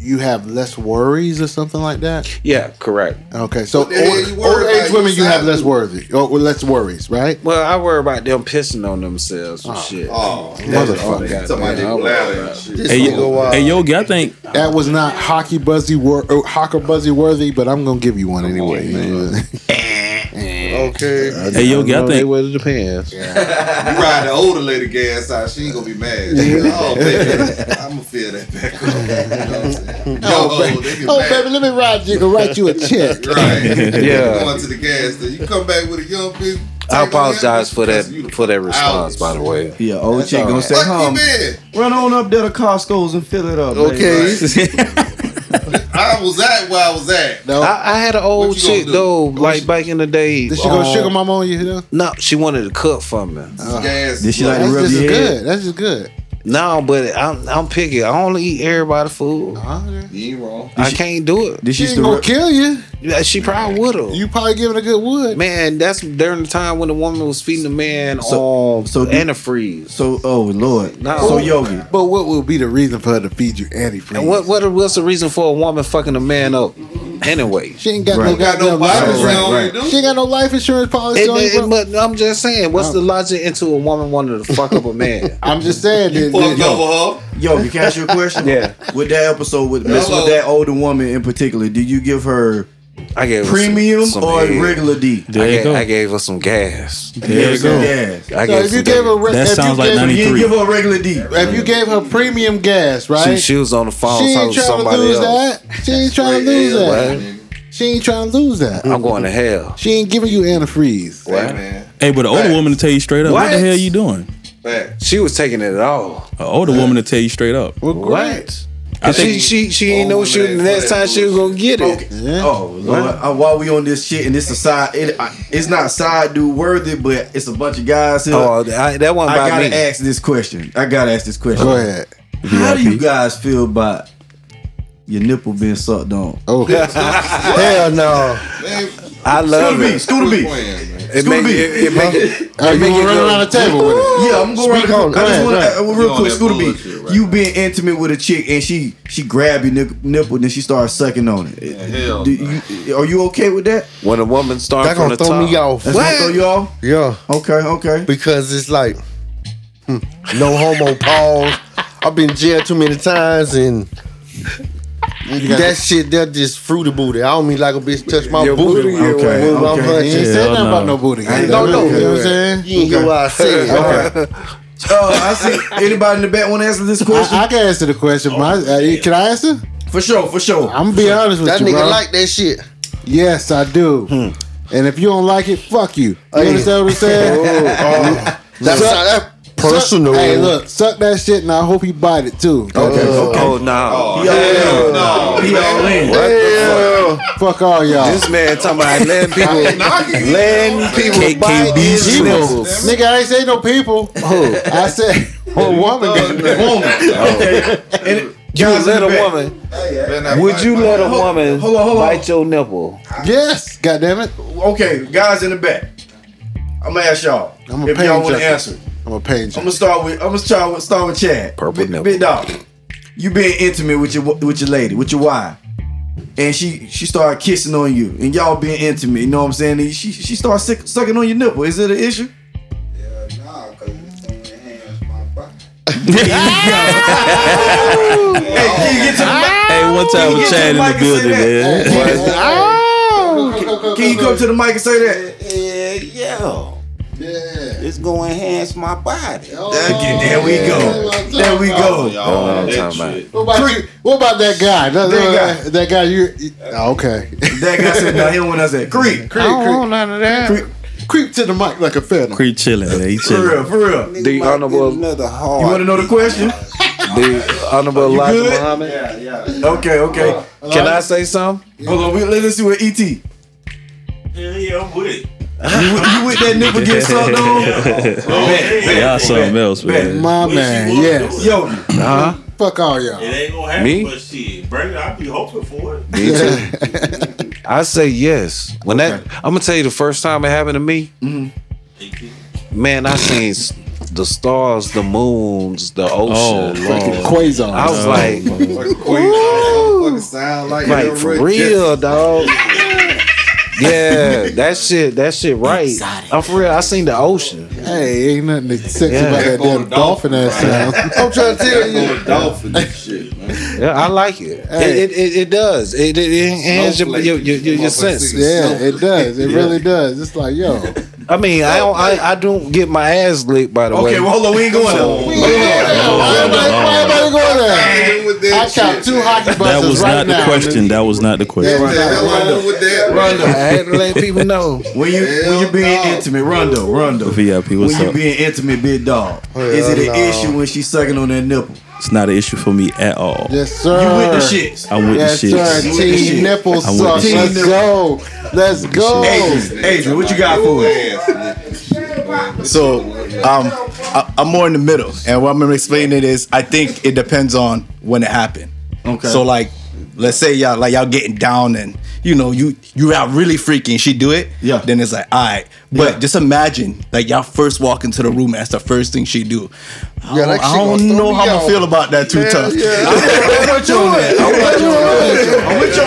Speaker 5: you have less worries or something like that?
Speaker 2: Yeah, correct.
Speaker 5: Okay, so
Speaker 6: What the hell
Speaker 5: old,
Speaker 6: you worried
Speaker 5: old age
Speaker 6: about?
Speaker 5: women,
Speaker 6: You
Speaker 5: you have
Speaker 6: side
Speaker 5: less
Speaker 6: dude.
Speaker 5: worthy or or less worries, right?
Speaker 2: Well, I worry about them pissing on themselves and shit.
Speaker 6: Oh,
Speaker 5: Motherfucker.
Speaker 6: motherfucker. Somebody
Speaker 2: Goddamn.
Speaker 6: loud and shit.
Speaker 7: This
Speaker 4: Hey,
Speaker 7: nigga
Speaker 4: yo,
Speaker 7: wild.
Speaker 4: hey, Yogi, I think
Speaker 5: That was not hockey buzzy wor- or hawker buzzy worthy, but I'm gonna give you one anyway.
Speaker 7: Okay.
Speaker 4: Hey, Yogi, I think-
Speaker 5: wear the pants.
Speaker 6: You ride the older lady gas out, she ain't gonna be mad. oh, baby, I'm gonna feel that back up. You know what I'm saying?
Speaker 5: Oh,
Speaker 6: Yo,
Speaker 5: baby.
Speaker 6: they get
Speaker 5: oh
Speaker 6: mad.
Speaker 5: baby, let me write you write you a check.
Speaker 6: Right.
Speaker 2: Yeah.
Speaker 6: Going to the gas station. You come back with a young bitch.
Speaker 2: I
Speaker 6: take her
Speaker 2: apologize
Speaker 6: in,
Speaker 2: for that
Speaker 6: you the
Speaker 2: for that
Speaker 6: fuck
Speaker 2: response,
Speaker 6: out.
Speaker 2: by the way.
Speaker 3: Yeah, old chick gonna say,
Speaker 6: Fuck
Speaker 3: "Huh,
Speaker 6: you, man.
Speaker 3: run on up there to Costco's and fill it up." baby."
Speaker 7: Okay.
Speaker 6: I was at where I was at.
Speaker 5: No,
Speaker 2: I, I had an old
Speaker 6: Oh. What you gonna
Speaker 2: chick
Speaker 6: do?
Speaker 2: though, like back in the day.
Speaker 5: did she go
Speaker 2: um,
Speaker 5: sugar mama on you? though?
Speaker 2: No, she wanted to cook for me.
Speaker 6: gas.
Speaker 3: Did she
Speaker 6: low.
Speaker 3: like to
Speaker 5: That's
Speaker 3: rub
Speaker 5: just
Speaker 3: your head?
Speaker 5: good. That's just good.
Speaker 2: No, but I'm I'm picky. I only eat everybody food.
Speaker 5: Huh?
Speaker 6: You ain't wrong.
Speaker 2: I can't do it.
Speaker 3: Did
Speaker 5: She
Speaker 3: she
Speaker 5: ain't
Speaker 3: still
Speaker 5: gonna
Speaker 3: rub-
Speaker 5: kill you.
Speaker 2: Yeah, She probably would have.
Speaker 5: You probably giving a good wood.
Speaker 2: Man, that's during the time when the woman was feeding the man
Speaker 3: So-
Speaker 2: on
Speaker 3: so do-
Speaker 2: antifreeze.
Speaker 3: So, oh lord.
Speaker 2: No.
Speaker 3: So Yogi,
Speaker 5: But what would be the reason for her to feed you antifreeze?
Speaker 2: And what what what's the reason for a woman fucking a man up? anyway.
Speaker 5: She ain't got no
Speaker 3: Right.
Speaker 6: Got no
Speaker 5: goddamn
Speaker 6: body,
Speaker 5: life
Speaker 6: right,
Speaker 5: insurance.
Speaker 3: right.
Speaker 6: do.
Speaker 5: She ain't got no life insurance policy.
Speaker 2: It-
Speaker 5: on
Speaker 2: it-
Speaker 5: you, bro.
Speaker 2: but I'm just saying, what's the logic into a woman wanting to fuck up a man?
Speaker 5: I'm just saying. that-
Speaker 6: Fucked
Speaker 5: that-
Speaker 6: over her.
Speaker 3: Yo, you can I ask you a question?
Speaker 2: Yeah.
Speaker 3: With that episode, with mess
Speaker 6: Hello.
Speaker 3: with that older woman in particular, did you give her
Speaker 2: I gave her some-
Speaker 3: premium
Speaker 2: some
Speaker 3: or
Speaker 2: head.
Speaker 3: regular D?
Speaker 4: There
Speaker 2: I
Speaker 4: you
Speaker 2: gave,
Speaker 4: go.
Speaker 2: I gave her some gas.
Speaker 4: there you go.
Speaker 3: Yes.
Speaker 2: I
Speaker 5: so
Speaker 2: gave
Speaker 5: if you
Speaker 2: some
Speaker 5: gave her,
Speaker 2: gas.
Speaker 5: re-
Speaker 4: That
Speaker 5: if you
Speaker 4: sounds like
Speaker 5: gave-
Speaker 4: 90
Speaker 3: You didn't give her a regular D.
Speaker 5: If you gave her premium gas, right?
Speaker 2: she, she was on the phone
Speaker 5: She
Speaker 2: talking
Speaker 5: ain't
Speaker 2: to
Speaker 5: trying to
Speaker 2: somebody
Speaker 5: lose
Speaker 2: else.
Speaker 5: that. She ain't trying to lose
Speaker 6: Yeah,
Speaker 5: that.
Speaker 6: nigga.
Speaker 5: She ain't trying to lose that.
Speaker 3: Mm-hmm.
Speaker 2: I'm going to hell.
Speaker 5: She ain't giving you antifreeze.
Speaker 6: Hey, man.
Speaker 4: Hey, but an older
Speaker 6: Facts.
Speaker 4: woman to tell you straight up, what, the
Speaker 2: What?
Speaker 4: hell you doing?
Speaker 6: Fact.
Speaker 2: She was taking it all.
Speaker 4: An older woman to tell you straight up.
Speaker 5: Well, great.
Speaker 4: I
Speaker 2: She
Speaker 4: think
Speaker 2: she she ain't
Speaker 6: Oh,
Speaker 2: know she
Speaker 6: man,
Speaker 2: the next
Speaker 6: for that
Speaker 2: time she was gonna get it.
Speaker 5: Yeah.
Speaker 3: Oh Lord! Uh, while we on this shit, and it's a side, it, I- it's not side dude worthy, but it's a bunch of guys here.
Speaker 2: Oh, I, that wasn't
Speaker 3: I
Speaker 2: about
Speaker 3: gotta
Speaker 2: me.
Speaker 3: ask this question. I gotta ask this question.
Speaker 5: Go ahead.
Speaker 3: How do you guys feel about your nipple being sucked on?
Speaker 5: Oh,
Speaker 7: Hell no.
Speaker 6: Man,
Speaker 2: I love
Speaker 3: Scooter B,
Speaker 2: it.
Speaker 3: Scooter B.
Speaker 6: quit playing, man.
Speaker 2: It make,
Speaker 3: Scooter
Speaker 2: it, it make it.
Speaker 5: Are you
Speaker 2: make
Speaker 5: gonna
Speaker 2: it
Speaker 5: run
Speaker 2: go-
Speaker 5: around the table with it?
Speaker 3: Yeah, I'm going.
Speaker 7: Speak
Speaker 3: around-
Speaker 7: on
Speaker 3: I
Speaker 7: it. Go
Speaker 3: just
Speaker 7: ahead,
Speaker 3: want
Speaker 7: go ahead.
Speaker 3: to
Speaker 6: You
Speaker 3: real
Speaker 6: on
Speaker 3: quick,
Speaker 6: that
Speaker 3: Scooter
Speaker 6: bullshit
Speaker 3: B.
Speaker 6: right
Speaker 3: You
Speaker 6: now.
Speaker 3: being intimate with a chick and she she grabbed your nip- nipple and then she started sucking on it.
Speaker 6: hell
Speaker 3: Do
Speaker 6: no.
Speaker 3: you- are you okay with that?
Speaker 2: When a woman starts
Speaker 7: That
Speaker 2: from
Speaker 7: gonna
Speaker 2: the
Speaker 7: throw
Speaker 2: top,
Speaker 7: me off.
Speaker 3: That's gonna throw you off.
Speaker 7: Yeah.
Speaker 3: Okay, okay.
Speaker 7: Because it's like hmm, no homo pause. I've been jailed too many times and
Speaker 5: got-
Speaker 7: that shit, that just fruity booty. I don't mean like a bitch touch my
Speaker 2: Your
Speaker 7: booty.
Speaker 2: booty, your
Speaker 3: Okay,
Speaker 7: When I'm
Speaker 3: okay.
Speaker 5: You ain't
Speaker 7: hunching.
Speaker 5: said
Speaker 4: Hell
Speaker 5: nothing
Speaker 4: no.
Speaker 5: about no booty.
Speaker 3: I ain't
Speaker 5: You
Speaker 3: gonna
Speaker 5: know
Speaker 3: know.
Speaker 5: what I'm saying?
Speaker 7: You ain't hear what I said.
Speaker 3: Uh, I see anybody in the back want to answer this question
Speaker 5: I, I can answer the question. My, uh, can I answer?
Speaker 3: for sure, for sure.
Speaker 5: I'm gonna be honest with
Speaker 7: That
Speaker 5: you,
Speaker 7: nigga
Speaker 5: bro.
Speaker 7: like that shit.
Speaker 5: yes, I do. And if you don't like it, fuck you. You
Speaker 7: Hey.
Speaker 5: understand what I'm saying?
Speaker 7: That's
Speaker 5: Suck-
Speaker 7: not that
Speaker 5: Suck-
Speaker 7: personal.
Speaker 5: hey, look, suck that shit, and I hope he bite it too.
Speaker 3: Uh,
Speaker 2: Oh, oh no!
Speaker 6: Oh,
Speaker 3: Yo,
Speaker 6: hell no.
Speaker 3: He all in.
Speaker 5: Fuck all y'all.
Speaker 2: This man talking about letting people, letting people bite his
Speaker 5: People.
Speaker 2: nipples.
Speaker 5: Nigga, I ain't say no people. I said a woman.
Speaker 2: You
Speaker 3: Guys in
Speaker 2: let
Speaker 3: the
Speaker 2: a
Speaker 3: back.
Speaker 2: woman?
Speaker 6: Man, I
Speaker 2: Would
Speaker 6: fight
Speaker 2: you
Speaker 6: my-
Speaker 2: let a
Speaker 3: Hold-
Speaker 2: woman
Speaker 3: hold on, hold on.
Speaker 2: bite your nipple?
Speaker 5: Yes, goddammit.
Speaker 3: Okay, guys in the back. I'm gonna ask y'all.
Speaker 5: I'm a
Speaker 3: if
Speaker 5: pain
Speaker 3: y'all want to
Speaker 5: junkie.
Speaker 3: answer,
Speaker 5: I'm a page.
Speaker 3: I'm gonna start with I'm gonna start with start with Chad.
Speaker 2: Purple
Speaker 3: big,
Speaker 2: nipple.
Speaker 3: big dog. You being intimate with your with your lady, with your wife, and she she started kissing on you, and y'all being intimate. You know what I'm saying? And she she started sick, sucking on your nipple. Is it an issue?
Speaker 8: Nah, cause it's on the hands, my body.
Speaker 3: Hey, can you get to the mic?
Speaker 4: Hey, one time with Chad in the building, man.
Speaker 5: Ah!
Speaker 3: Can you come to the mic and say that?
Speaker 8: Yeah, yeah.
Speaker 5: Yeah.
Speaker 8: It's gonna enhance my body.
Speaker 3: Okay, there we go. There we go.
Speaker 6: Y'all
Speaker 2: Oh,
Speaker 6: on
Speaker 2: I'm
Speaker 6: that
Speaker 2: talking about-
Speaker 6: shit.
Speaker 5: What about, you? what about that guy? That, uh,
Speaker 3: That
Speaker 5: that, that guy, you. you- oh, okay.
Speaker 3: That guy said, "No, he don't want us that." Creep,
Speaker 5: I don't want none of that. Creep, creep to the mic like a feather.
Speaker 4: Creep chilling, man. He
Speaker 3: for real,
Speaker 4: chilling.
Speaker 3: for real.
Speaker 8: Nigga
Speaker 2: The
Speaker 8: might get
Speaker 2: honorable-
Speaker 8: another hard.
Speaker 3: You want to know the question?
Speaker 2: The honorable Elijah
Speaker 3: good?
Speaker 2: Muhammad.
Speaker 8: Yeah, yeah.
Speaker 3: Okay, okay.
Speaker 2: Can I say something?
Speaker 3: Hold on, we, let's see what ET. E You,
Speaker 9: Yeah, I'm with it.
Speaker 3: with- you with that nipple get sucked on?
Speaker 8: Oh,
Speaker 3: Bet, bet,
Speaker 4: Y'all something
Speaker 3: bet,
Speaker 4: else,
Speaker 3: bet.
Speaker 4: man.
Speaker 7: Oh,
Speaker 5: My
Speaker 9: What
Speaker 5: man,
Speaker 9: you wanna
Speaker 5: yes.
Speaker 9: do?
Speaker 3: Yo,
Speaker 5: Fuck all y'all.
Speaker 9: It ain't gonna happen,
Speaker 2: Me?
Speaker 9: but shit, bring it. I be hoping for it.
Speaker 2: Me too. I say yes. When that, I'm gonna tell you the first time it happened to me. Man, I seen s- the stars, the moons, the
Speaker 4: Oh,
Speaker 2: ocean.
Speaker 4: Lord.
Speaker 5: Quasar.
Speaker 2: I was like,
Speaker 6: Fucking queen. Fucking sound like
Speaker 2: like
Speaker 6: Elroy
Speaker 2: for
Speaker 6: Jackson.
Speaker 2: real, dog. Yeah, that shit, that shit, right? I'm for real. I seen the ocean.
Speaker 5: hey, ain't nothing sexy
Speaker 2: Yeah.
Speaker 5: about that
Speaker 6: Echo
Speaker 5: damn
Speaker 6: the
Speaker 5: dolphin ass sound.
Speaker 7: I'm trying to tell you.
Speaker 6: Full of dolphins and shit, man.
Speaker 2: Yeah, I like it.
Speaker 5: Hey.
Speaker 2: It, it, it, it does. It, it, it enhances your, your, your, your, your senses.
Speaker 5: Yeah, it does. It really does. It's like, yo,
Speaker 2: I mean, I don't, I, I don't get my ass licked. By the way,
Speaker 3: okay, well, hold on, we ain't going there.
Speaker 4: Oh.
Speaker 5: why everybody why everybody going there?
Speaker 6: Hang with that
Speaker 5: I count
Speaker 6: shit,
Speaker 5: two
Speaker 6: man.
Speaker 5: hockey
Speaker 4: That
Speaker 5: buses
Speaker 4: was
Speaker 5: right
Speaker 4: not the
Speaker 5: now.
Speaker 4: question. That was not the question.
Speaker 6: What the hell I do with that?
Speaker 2: I had to let people know.
Speaker 3: When you when you being intimate, Rondo, Rondo.
Speaker 4: VIP, what's
Speaker 3: when you
Speaker 4: up?
Speaker 3: being intimate, big dog, is it an
Speaker 7: no.
Speaker 3: issue when she's sucking on that nipple?
Speaker 4: It's not an issue for me at all.
Speaker 5: Yes, sir.
Speaker 3: You with the shits?
Speaker 4: I'm with
Speaker 5: Yes,
Speaker 4: the
Speaker 5: sir.
Speaker 4: shit.
Speaker 3: You with the
Speaker 5: Team
Speaker 3: shit.
Speaker 5: nipple
Speaker 4: I'm
Speaker 5: suck.
Speaker 4: with the
Speaker 5: Let's
Speaker 3: shit.
Speaker 5: go. Let's go.
Speaker 3: Adrian, Adrian, what you got for us?
Speaker 6: us?
Speaker 10: So um, I, I'm more in the middle, and what I'm gonna explain it is, I think it depends on when it happened.
Speaker 3: Okay.
Speaker 10: So like, let's say y'all like y'all getting down and
Speaker 11: you know, you you out really freaking, she do it.
Speaker 3: Yeah.
Speaker 11: Then it's like, all right. But
Speaker 3: Yeah.
Speaker 11: just imagine, like y'all first walk into the room, that's the first thing she do. I
Speaker 7: Yeah,
Speaker 11: don't,
Speaker 7: that
Speaker 11: I
Speaker 7: shit gonna
Speaker 11: don't
Speaker 7: throw
Speaker 11: know
Speaker 7: me
Speaker 11: how
Speaker 7: out.
Speaker 11: I feel about that too
Speaker 7: Yeah,
Speaker 11: tough.
Speaker 7: yeah.
Speaker 11: I'm with you on that. I'm with you on that. I'm with you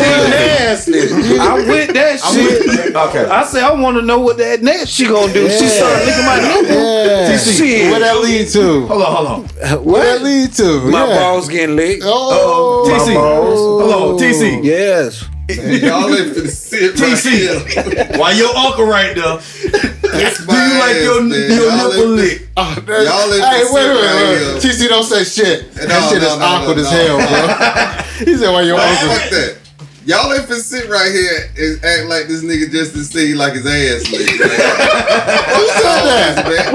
Speaker 11: on that.
Speaker 12: nasty. I with that shit.
Speaker 3: Okay.
Speaker 12: I say I want to know what that next she gonna do. She started licking my nipple.
Speaker 5: Yeah. What
Speaker 12: Shit.
Speaker 5: that lead to?
Speaker 11: Hold on, hold on.
Speaker 5: What that lead to?
Speaker 12: My
Speaker 5: E yeah.
Speaker 12: balls getting licked.
Speaker 5: Oh,
Speaker 11: TC. Hello, TC.
Speaker 5: Yes.
Speaker 6: Y'all ain't finna sit right here.
Speaker 11: TC. Why your uncle right there?
Speaker 6: That's
Speaker 11: Do you like your, your nipple lick?
Speaker 5: Oh, that-
Speaker 6: Y'all let
Speaker 5: hey,
Speaker 6: this
Speaker 5: wait,
Speaker 6: sit
Speaker 5: wait,
Speaker 6: right
Speaker 5: wait.
Speaker 6: here.
Speaker 5: TC don't say shit. That
Speaker 6: No,
Speaker 5: shit
Speaker 6: no,
Speaker 5: is
Speaker 6: no,
Speaker 5: awkward
Speaker 6: no, no.
Speaker 5: as hell, bro. he said, "Why your uncle?"
Speaker 6: Fuck that. Y'all ain't finna sit right here and act like this nigga just to see like his ass licked. man.
Speaker 5: Who said that?
Speaker 6: Man,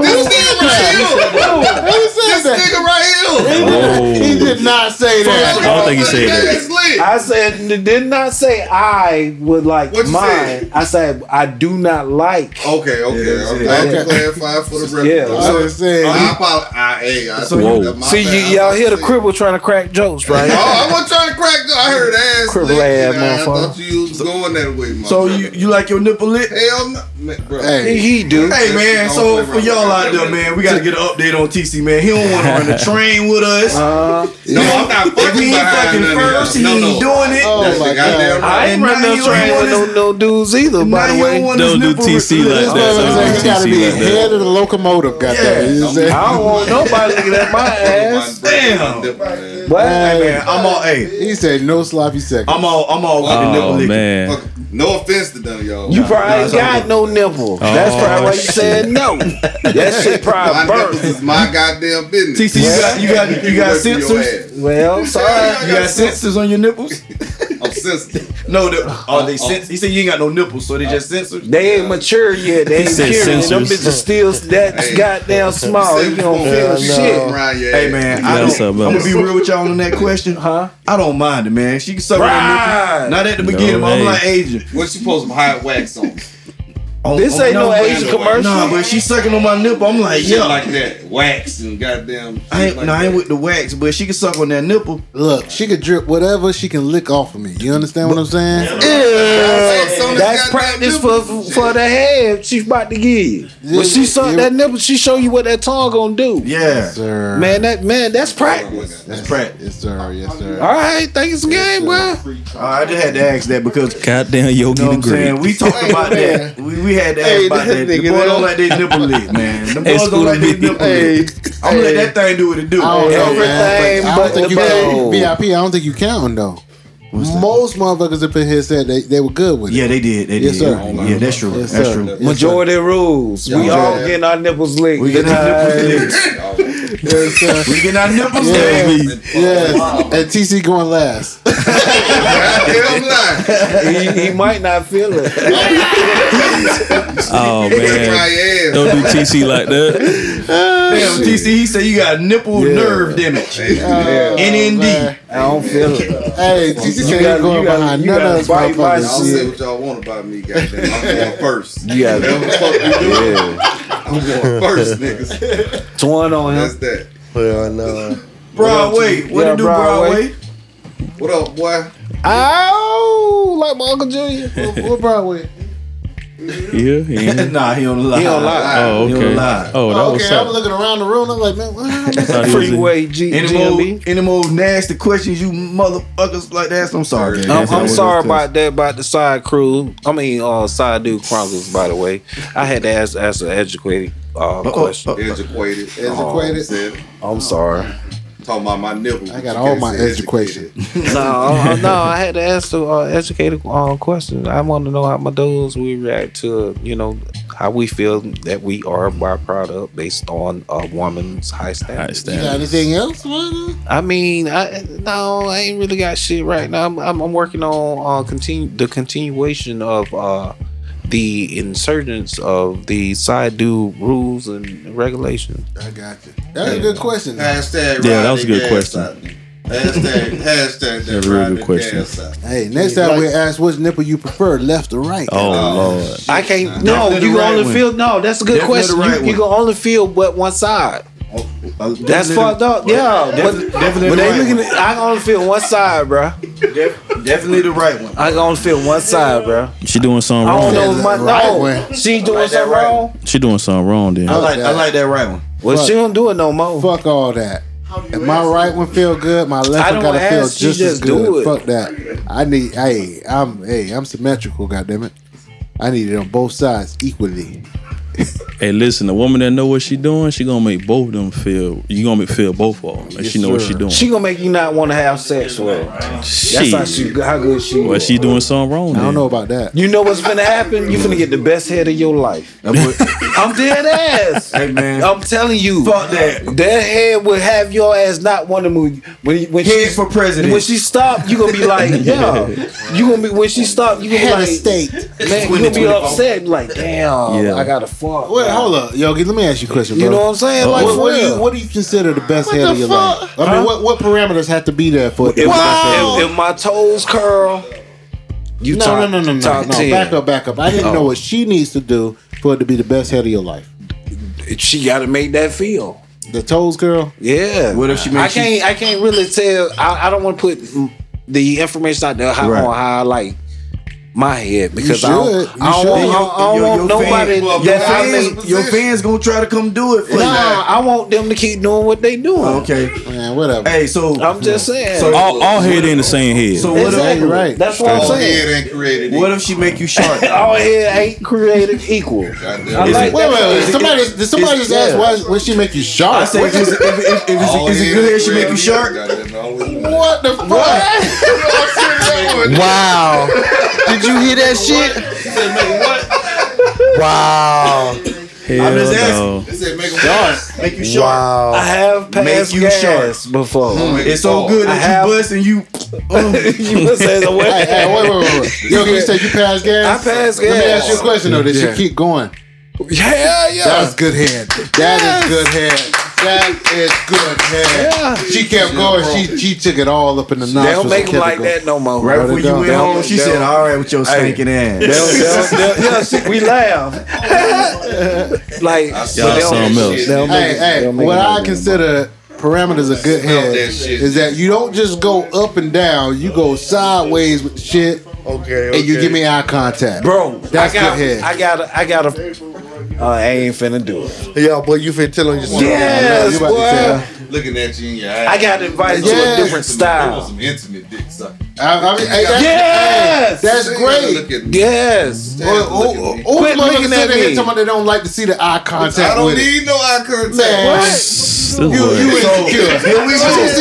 Speaker 6: This nigga right here. This
Speaker 5: Who said that?
Speaker 6: nigga right here.
Speaker 4: Oh.
Speaker 5: He did not say
Speaker 4: I
Speaker 5: that.
Speaker 4: don't think he said that.
Speaker 6: Ass licked.
Speaker 2: I said did not say I would like
Speaker 6: What you Oh,
Speaker 2: mine.
Speaker 6: said?
Speaker 2: I said I do not like.
Speaker 6: Okay, okay.
Speaker 3: Yeah,
Speaker 6: I'm
Speaker 3: yeah.
Speaker 6: glad
Speaker 5: Okay.
Speaker 6: you clarified for the
Speaker 2: Yeah.
Speaker 6: record.
Speaker 5: I was saying-
Speaker 6: Oh, I apologize. I, hey, I,
Speaker 4: Whoa.
Speaker 6: that my
Speaker 2: See
Speaker 6: bad. I
Speaker 2: you, y'all
Speaker 6: thought
Speaker 2: hear the
Speaker 6: you-
Speaker 2: cripple trying to crack jokes,
Speaker 6: Oh,
Speaker 2: right?
Speaker 6: I wasn't trying to crack. the- I heard ass
Speaker 2: Cripple
Speaker 6: licked.
Speaker 2: ass
Speaker 6: and I
Speaker 2: motherfucker.
Speaker 6: thought you was going that way, my
Speaker 3: So
Speaker 6: brother.
Speaker 3: you, you like your nipple lit?
Speaker 6: Hell no, man, bro.
Speaker 5: Hey,
Speaker 2: he do.
Speaker 3: Hey man, so for y'all out there, man, we gotta get an update on TC, man. He don't want to run the train with us.
Speaker 2: Uh,
Speaker 6: No, I'm not
Speaker 3: if
Speaker 6: fucking
Speaker 3: he ain't fucking
Speaker 6: behind none of
Speaker 3: first,
Speaker 6: y'all.
Speaker 3: he
Speaker 6: No,
Speaker 3: ain't
Speaker 6: no.
Speaker 3: doing it.
Speaker 5: Oh
Speaker 6: That's
Speaker 5: my
Speaker 6: the goddamn
Speaker 5: God.
Speaker 6: right.
Speaker 2: I ain't
Speaker 3: And
Speaker 2: run
Speaker 3: now
Speaker 2: no
Speaker 3: you
Speaker 2: train
Speaker 3: don't
Speaker 2: with no,
Speaker 3: want
Speaker 2: no dudes either.
Speaker 3: Now
Speaker 2: By the
Speaker 3: you
Speaker 2: way,
Speaker 3: don't want his
Speaker 4: Don't do
Speaker 3: nipple
Speaker 4: TC
Speaker 3: lit.
Speaker 4: like that.
Speaker 5: That's what I'm saying. He
Speaker 4: Don't do
Speaker 5: gotta be
Speaker 4: TC like
Speaker 5: head
Speaker 4: that.
Speaker 5: of the locomotive. Goddamn. it. You know what I'm saying?
Speaker 2: I don't want nobody looking at my ass.
Speaker 3: Damn.
Speaker 6: Damn.
Speaker 2: What?
Speaker 5: Hey,
Speaker 3: Man, I'm all hey,
Speaker 5: He said no sloppy seconds.
Speaker 3: I'm all I'm all with the nipple
Speaker 4: Oh
Speaker 3: licking.
Speaker 4: man.
Speaker 6: No offense to them, y'all.
Speaker 2: You probably ain't
Speaker 3: nah,
Speaker 2: got no nipple. That's probably why you
Speaker 4: shit.
Speaker 2: said no. That shit
Speaker 6: my
Speaker 2: probably
Speaker 6: nipples
Speaker 2: burnt.
Speaker 6: is my goddamn business.
Speaker 3: TC, you got you got you got sensors.
Speaker 2: Well, sorry.
Speaker 3: You got sensors on your nipples?
Speaker 6: I'm sensitive.
Speaker 3: No, the, are they sensors? He said you ain't got no nipples, so they just sensors.
Speaker 2: Oh, They ain't mature yet. They ain't
Speaker 4: said
Speaker 2: cured. Them
Speaker 4: sensors.
Speaker 2: bitches still that
Speaker 6: Hey.
Speaker 2: goddamn
Speaker 3: Oh,
Speaker 2: small. You don't feel shit.
Speaker 6: Around your
Speaker 3: Hey
Speaker 6: ass.
Speaker 3: man,
Speaker 4: Yeah,
Speaker 3: I
Speaker 4: that's
Speaker 3: don't, I'm
Speaker 4: something
Speaker 3: gonna
Speaker 4: else.
Speaker 3: be real with y'all on that question.
Speaker 2: Huh?
Speaker 3: I don't mind it, man. She can suck my
Speaker 2: Right.
Speaker 3: nipple. Not at the beginning, but
Speaker 4: hey.
Speaker 3: I'm like Asian.
Speaker 6: What you supposed to hide wax on?
Speaker 3: On-
Speaker 2: This
Speaker 3: on-
Speaker 2: ain't no
Speaker 3: but-
Speaker 2: Asian commercial.
Speaker 3: Nah, but she sucking on my nipple. I'm like,
Speaker 6: Shit
Speaker 3: yeah.
Speaker 6: like that. Wax and goddamn.
Speaker 3: I
Speaker 6: shit
Speaker 3: ain't,
Speaker 6: like
Speaker 3: nah, I ain't
Speaker 6: that.
Speaker 3: with the wax, but she can suck on that nipple.
Speaker 5: Look, she could drip whatever she can lick off of me. You understand what I'm saying?
Speaker 6: Wax on this
Speaker 2: That's
Speaker 6: goddamn
Speaker 2: practice
Speaker 6: nipple.
Speaker 2: for for the head she's about to give you.
Speaker 5: Yeah,
Speaker 2: When she suck
Speaker 5: yeah.
Speaker 2: that nipple, she show you what that tongue gonna do.
Speaker 3: Yeah.
Speaker 5: Sir.
Speaker 2: Man, that man, that's practice.
Speaker 6: That's
Speaker 5: Yes,
Speaker 3: practice.
Speaker 5: Yes, sir. Yes, sir.
Speaker 2: All right, think it's a game, bro.
Speaker 3: I just had to ask that because you
Speaker 4: Goddamn yogi
Speaker 3: know what I'm
Speaker 4: degree.
Speaker 3: saying? We talked about that. We, we had to ask
Speaker 7: Hey,
Speaker 3: about
Speaker 7: that
Speaker 3: that. The
Speaker 7: nigga
Speaker 3: boys
Speaker 7: there.
Speaker 3: don't like their nipple lick, man. The boys don't
Speaker 4: School
Speaker 3: like their
Speaker 4: B.
Speaker 3: nipple lick. I'm gonna let that thing do what it do.
Speaker 5: I don't know,
Speaker 3: Every-
Speaker 5: man.
Speaker 2: Everything
Speaker 5: I
Speaker 2: but
Speaker 5: don't think
Speaker 2: the
Speaker 5: you
Speaker 2: bowl.
Speaker 5: can, VIP. I don't think you counting though. Most motherfuckers up in here said they, they were good with it.
Speaker 3: Yeah, they did. They did.
Speaker 5: Yes, sir.
Speaker 3: Yeah, that's true.
Speaker 5: Yes,
Speaker 3: that's
Speaker 5: sir.
Speaker 3: true.
Speaker 5: Yes,
Speaker 2: Majority rules. We
Speaker 6: Yeah.
Speaker 2: all getting our nipples licked.
Speaker 3: We getting our nipples licked.
Speaker 5: Yes, sir.
Speaker 3: We getting our nipples
Speaker 5: Yeah.
Speaker 3: licked.
Speaker 5: yes. And TC going last.
Speaker 6: Goddamn lie.
Speaker 2: he, he might not feel it.
Speaker 4: Oh man.
Speaker 6: That's my ass.
Speaker 4: Don't do TC like that.
Speaker 3: Damn, TC, he said you got nipple nerve damage. NND.
Speaker 5: Man.
Speaker 2: I don't feel it.
Speaker 5: Hey, TC said
Speaker 2: You
Speaker 5: he
Speaker 2: gotta-
Speaker 5: going
Speaker 2: you gotta-
Speaker 5: behind
Speaker 2: you
Speaker 5: none of
Speaker 2: gotta bite
Speaker 5: us
Speaker 2: my
Speaker 6: Y'all
Speaker 5: motherfuckers.
Speaker 6: say what y'all want about me, goddamn. I'm going first.
Speaker 2: You got
Speaker 6: Whatever the fuck you do, I'm going first, niggas.
Speaker 2: torn on
Speaker 6: That's
Speaker 2: him.
Speaker 6: that.
Speaker 7: Well, I know.
Speaker 3: Broadway. What
Speaker 2: Yeah,
Speaker 3: it do,
Speaker 2: Broadway.
Speaker 3: Broadway?
Speaker 6: What up, boy?
Speaker 2: Ow! Oh, Like my Uncle Junior.
Speaker 5: What Broadway?
Speaker 4: Yeah. he ain't-
Speaker 3: nah, he on the lie.
Speaker 2: He don't lie.
Speaker 4: Oh
Speaker 3: He
Speaker 4: okay.
Speaker 3: don't lie.
Speaker 4: Oh that was
Speaker 5: okay, I'm
Speaker 4: something.
Speaker 5: looking around the room. I'm like, man, what happened?
Speaker 4: Thought he was in-
Speaker 2: Freeway G-
Speaker 3: Any more,
Speaker 2: GMB.
Speaker 3: any more nasty questions you motherfuckers like to ask? I'm sorry.
Speaker 2: I'm,
Speaker 4: That's how it
Speaker 2: I'm
Speaker 4: was
Speaker 2: sorry about that, about the side crew. I mean, uh, side dude chronicles. By the way, I had to ask ask an educated uh, question.
Speaker 6: Educated.
Speaker 5: Educated.
Speaker 6: Said it.
Speaker 2: I'm sorry.
Speaker 6: Talking about my nipples.
Speaker 5: I got all my education.
Speaker 2: no, uh, no, I had to ask the uh, educated uh, question. I want to know how my dudes we react to, you know, how we feel that we are a byproduct based on a woman's high
Speaker 4: All
Speaker 2: standards.
Speaker 4: right,
Speaker 5: You got
Speaker 4: stand.
Speaker 5: anything else? man?
Speaker 2: I mean, I no, I ain't really got shit right now. I'm I'm, I'm working on uh, continue the continuation of uh the insurgence of the side dude rules and regulations.
Speaker 5: I got you. That's a good question.
Speaker 6: Hashtag
Speaker 4: Yeah, that was a good
Speaker 6: riding
Speaker 4: question.
Speaker 6: gas out there. Hashtag, hashtag that
Speaker 4: That's a real
Speaker 6: riding
Speaker 4: good question.
Speaker 6: gas out there.
Speaker 5: Hey, next time we ask which nipple you prefer, left or right.
Speaker 4: Oh Lord.
Speaker 2: I can't. No,
Speaker 3: Definitely
Speaker 2: you can
Speaker 3: the right
Speaker 2: only
Speaker 3: one.
Speaker 2: feel. No, that's a good
Speaker 3: Definitely the
Speaker 2: question.
Speaker 3: right
Speaker 2: you you can only feel what one side. That's fucked up. Yeah, but,
Speaker 3: definitely
Speaker 2: but
Speaker 3: the
Speaker 2: they
Speaker 3: right
Speaker 2: looking. At, I only feel one side, bro.
Speaker 3: Definitely the right one.
Speaker 13: I only feel one side, bro.
Speaker 4: She doing something
Speaker 3: I
Speaker 4: wrong.
Speaker 3: don't know if my-
Speaker 5: Right
Speaker 2: no.
Speaker 5: one.
Speaker 2: She doing something wrong.
Speaker 4: She doing something wrong then.
Speaker 3: I like I like that right one.
Speaker 2: Well,
Speaker 5: Fuck.
Speaker 2: she don't do it no more.
Speaker 5: Fuck all that. If my right one feel good, my
Speaker 2: I
Speaker 5: left one
Speaker 2: don't
Speaker 5: gotta feel
Speaker 2: ask, you
Speaker 5: just as
Speaker 2: just do
Speaker 5: good.
Speaker 2: it.
Speaker 5: Fuck that. I need. Hey, I'm. Hey, I'm symmetrical. Goddamn it. I need it on both sides equally.
Speaker 4: Hey, listen, the woman that know what she doing, she gonna make both of them feel. You gonna make feel both of them, and
Speaker 5: Yes,
Speaker 4: she know what
Speaker 5: sir.
Speaker 4: she doing.
Speaker 2: She gonna make you not want to have sex with her. That's how
Speaker 4: Shit.
Speaker 2: she, how good she.
Speaker 4: well,
Speaker 2: is.
Speaker 4: she doing something wrong.
Speaker 5: I
Speaker 4: Then.
Speaker 5: don't know about that.
Speaker 2: You know what's gonna happen? You're gonna get the best head of your life.
Speaker 3: I'm with-
Speaker 2: I'm dead ass.
Speaker 3: hey man,
Speaker 2: I'm telling you,
Speaker 3: fuck that.
Speaker 2: that head will have your ass not want to move. When, when she
Speaker 3: Head for president.
Speaker 2: when she stop, you gonna be like, yeah. You gonna be when she stop, you gonna
Speaker 5: Head
Speaker 2: be
Speaker 5: of
Speaker 2: like,
Speaker 5: state.
Speaker 2: man, you gonna be upset, like, damn,
Speaker 4: Yeah.
Speaker 2: I gotta fuck.
Speaker 5: Wait,
Speaker 2: man.
Speaker 5: hold up, Yogi. Let me ask you a question, bro.
Speaker 2: You know what I'm saying? Like,
Speaker 5: what,
Speaker 2: for
Speaker 5: what do
Speaker 2: real.
Speaker 5: you what do you consider the best head of your life? I mean, what, what parameters have to be there for it? to be
Speaker 2: If,
Speaker 5: the best head of your
Speaker 2: if, if my toes curl, you
Speaker 5: No,
Speaker 2: top,
Speaker 5: no, no, no, no,
Speaker 2: top
Speaker 5: no.
Speaker 2: 10.
Speaker 5: Back up, back up. I didn't know what she needs to do for it to be the best head of your life.
Speaker 2: She gotta make that feel.
Speaker 5: The toes, girl.
Speaker 2: Yeah.
Speaker 3: What if she
Speaker 2: I
Speaker 3: makes you-
Speaker 2: can't. I can't really tell. I, I don't want to put mm, the information out there how,
Speaker 3: Right.
Speaker 2: on how I like my head because I
Speaker 5: should.
Speaker 2: don't,
Speaker 5: You
Speaker 2: I don't
Speaker 5: should.
Speaker 2: want, I don't
Speaker 3: Your-
Speaker 2: want
Speaker 3: your- your
Speaker 2: nobody
Speaker 3: fan- Your
Speaker 2: that I
Speaker 3: fans,
Speaker 2: make.
Speaker 3: your fans gonna try to come do it for
Speaker 2: Nah, I want them to keep doing what they doing.
Speaker 3: you. Okay.
Speaker 5: Man, whatever.
Speaker 3: Hey, so
Speaker 2: I'm just saying.
Speaker 3: So-
Speaker 4: All, all head in the same head.
Speaker 3: so what
Speaker 2: exactly.
Speaker 3: if
Speaker 5: right.
Speaker 2: That's what I'm
Speaker 6: All
Speaker 2: saying.
Speaker 6: head ain't created.
Speaker 3: what if she make you sharp?
Speaker 2: All head ain't created equal. I
Speaker 6: Goddamn.
Speaker 2: like
Speaker 5: Wait, wait,
Speaker 2: that.
Speaker 5: wait. Somebody, did somebody just ask why when she make you sharp?
Speaker 3: I say, if, it's- if, if, if, it's,
Speaker 6: All
Speaker 3: is it
Speaker 6: head
Speaker 3: good hair? She make
Speaker 6: created
Speaker 3: you
Speaker 6: equal.
Speaker 3: sharp.
Speaker 6: Goddamn, all head-
Speaker 5: what the fuck?
Speaker 7: Wow. Did you hear that shit? Wow.
Speaker 4: Hell
Speaker 3: I'm just
Speaker 4: no.
Speaker 6: They said make 'em sharp.
Speaker 3: Make you sharp.
Speaker 2: I
Speaker 7: Wow.
Speaker 2: have passed
Speaker 3: you
Speaker 2: gas
Speaker 3: sharp.
Speaker 2: before.
Speaker 3: It's so
Speaker 6: oh,
Speaker 3: good
Speaker 2: I
Speaker 3: that
Speaker 2: have-
Speaker 3: you bust and you.
Speaker 2: you was saying the
Speaker 5: Hey,
Speaker 2: way.
Speaker 5: hey, wait, wait, wait, wait. Yo, you said you passed gas.
Speaker 2: I passed
Speaker 5: Let me
Speaker 2: gas.
Speaker 5: ask you a question though. Did she keep going?
Speaker 2: Hell yeah.
Speaker 5: That was good head. That is good head. That is good head. She kept going. She she took it all up in the nostrils.
Speaker 2: They don't
Speaker 5: and
Speaker 2: make them
Speaker 5: kept it
Speaker 2: like
Speaker 5: going.
Speaker 2: that no more.
Speaker 3: Right before
Speaker 5: they
Speaker 3: you
Speaker 5: don't.
Speaker 3: went
Speaker 5: They
Speaker 3: home,
Speaker 2: don't-
Speaker 3: she
Speaker 2: they
Speaker 3: said,
Speaker 2: don't.
Speaker 3: "All right, with your stinking ass."
Speaker 2: They'll- they'll- they'll- yeah, see, we laugh. like, but
Speaker 4: Y'all
Speaker 2: they don't-
Speaker 4: something else.
Speaker 2: they don't make
Speaker 5: Hey,
Speaker 2: it- they
Speaker 5: hey,
Speaker 2: don't make
Speaker 5: what
Speaker 2: it
Speaker 5: I
Speaker 2: no
Speaker 5: consider parameters of good head
Speaker 6: that shit.
Speaker 5: is that you don't just go up and down, you go sideways with shit
Speaker 7: Okay.
Speaker 5: and you
Speaker 7: okay.
Speaker 5: give me eye contact.
Speaker 2: Bro,
Speaker 5: That's
Speaker 2: I got,
Speaker 5: good head.
Speaker 2: I got, a- I got a. Uh, I ain't finna do it.
Speaker 7: Yeah, boy, you finna tell on yourself.
Speaker 5: Yeah,
Speaker 2: Yes,
Speaker 5: you about to
Speaker 2: boy.
Speaker 6: Looking at you in your eyes.
Speaker 2: I got invited to
Speaker 5: Yeah.
Speaker 2: a different style.
Speaker 6: Some intimate dick sucking.
Speaker 5: I, I mean, hey, that's,
Speaker 2: Yes!
Speaker 5: hey, that's great.
Speaker 6: Look at me.
Speaker 2: Yes.
Speaker 5: Or,
Speaker 6: oh,
Speaker 5: or, or, or
Speaker 2: Quit
Speaker 5: motherfuckers
Speaker 2: looking at
Speaker 5: sitting here
Speaker 2: me.
Speaker 5: talking about they don't like to see the eye contact.
Speaker 6: I don't
Speaker 5: with it.
Speaker 6: need no eye
Speaker 5: Man,
Speaker 6: contact.
Speaker 4: This
Speaker 5: You,
Speaker 4: boy-
Speaker 5: you insecure. TC,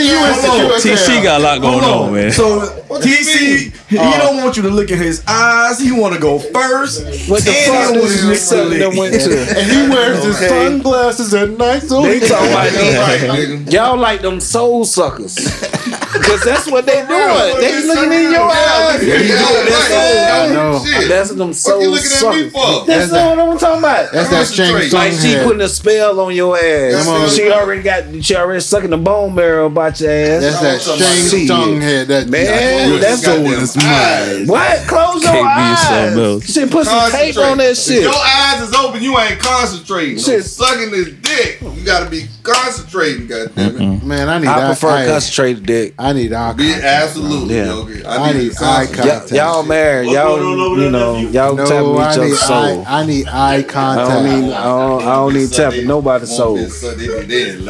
Speaker 5: you insecure. as
Speaker 4: TC
Speaker 5: hell.
Speaker 4: got a lot going on, man.
Speaker 3: So TC, he don't want you to look in his eyes. He want to go first.
Speaker 2: What the
Speaker 3: And
Speaker 2: fuck
Speaker 3: it
Speaker 2: was
Speaker 3: was
Speaker 2: you
Speaker 3: next to
Speaker 2: selling
Speaker 3: Lee.
Speaker 2: them went to?
Speaker 5: And he wears his sunglasses at night. So
Speaker 2: They talking about
Speaker 6: Right,
Speaker 2: them.
Speaker 6: nigga.
Speaker 2: Y'all like them soul suckers. Cause that's what they doing. They looking in your eyes.
Speaker 6: Yeah,
Speaker 2: That's
Speaker 6: yeah,
Speaker 2: all.
Speaker 5: No.
Speaker 6: Shit.
Speaker 2: That's them
Speaker 6: What you
Speaker 2: soul
Speaker 6: looking at me
Speaker 2: suckers.
Speaker 6: for?
Speaker 2: That's not what I'm talking about.
Speaker 5: That's that Shang
Speaker 6: Like,
Speaker 5: Tsung
Speaker 2: Like she
Speaker 5: head.
Speaker 2: putting a spell on your ass.
Speaker 5: Come on.
Speaker 2: She already got. She already sucking the bone marrow about your ass.
Speaker 5: That's that Shang Tsung head. That
Speaker 2: Man,
Speaker 5: Yeah.
Speaker 2: that's-
Speaker 5: so in his mind.
Speaker 2: What? Close your
Speaker 4: Can't be something
Speaker 2: eyes.
Speaker 4: else.
Speaker 2: She put some tape
Speaker 6: Concentrate.
Speaker 2: on that
Speaker 6: If
Speaker 2: shit.
Speaker 6: Your eyes is open. You ain't concentrating.
Speaker 2: Shit.
Speaker 6: I'm sucking this dick. You gotta be concentrating. Goddamn it.
Speaker 5: Man, I need
Speaker 2: I
Speaker 5: eye
Speaker 2: prefer
Speaker 5: hey,
Speaker 2: concentrated dick.
Speaker 5: I need eye
Speaker 6: Be
Speaker 5: contact.
Speaker 6: absolutely.
Speaker 2: Yeah.
Speaker 6: Yogi.
Speaker 5: I need
Speaker 2: Y-
Speaker 5: eye contact.
Speaker 2: y'all married. Y'all,
Speaker 9: What's going on over
Speaker 2: you
Speaker 9: there,
Speaker 2: know,
Speaker 9: nephew?
Speaker 2: y'all tapping
Speaker 5: No, I
Speaker 2: each
Speaker 5: need
Speaker 2: other's
Speaker 5: eye,
Speaker 2: soul.
Speaker 5: I need eye
Speaker 2: I don't
Speaker 5: contact.
Speaker 2: need. I don't, I don't need tapping nobody's soul. I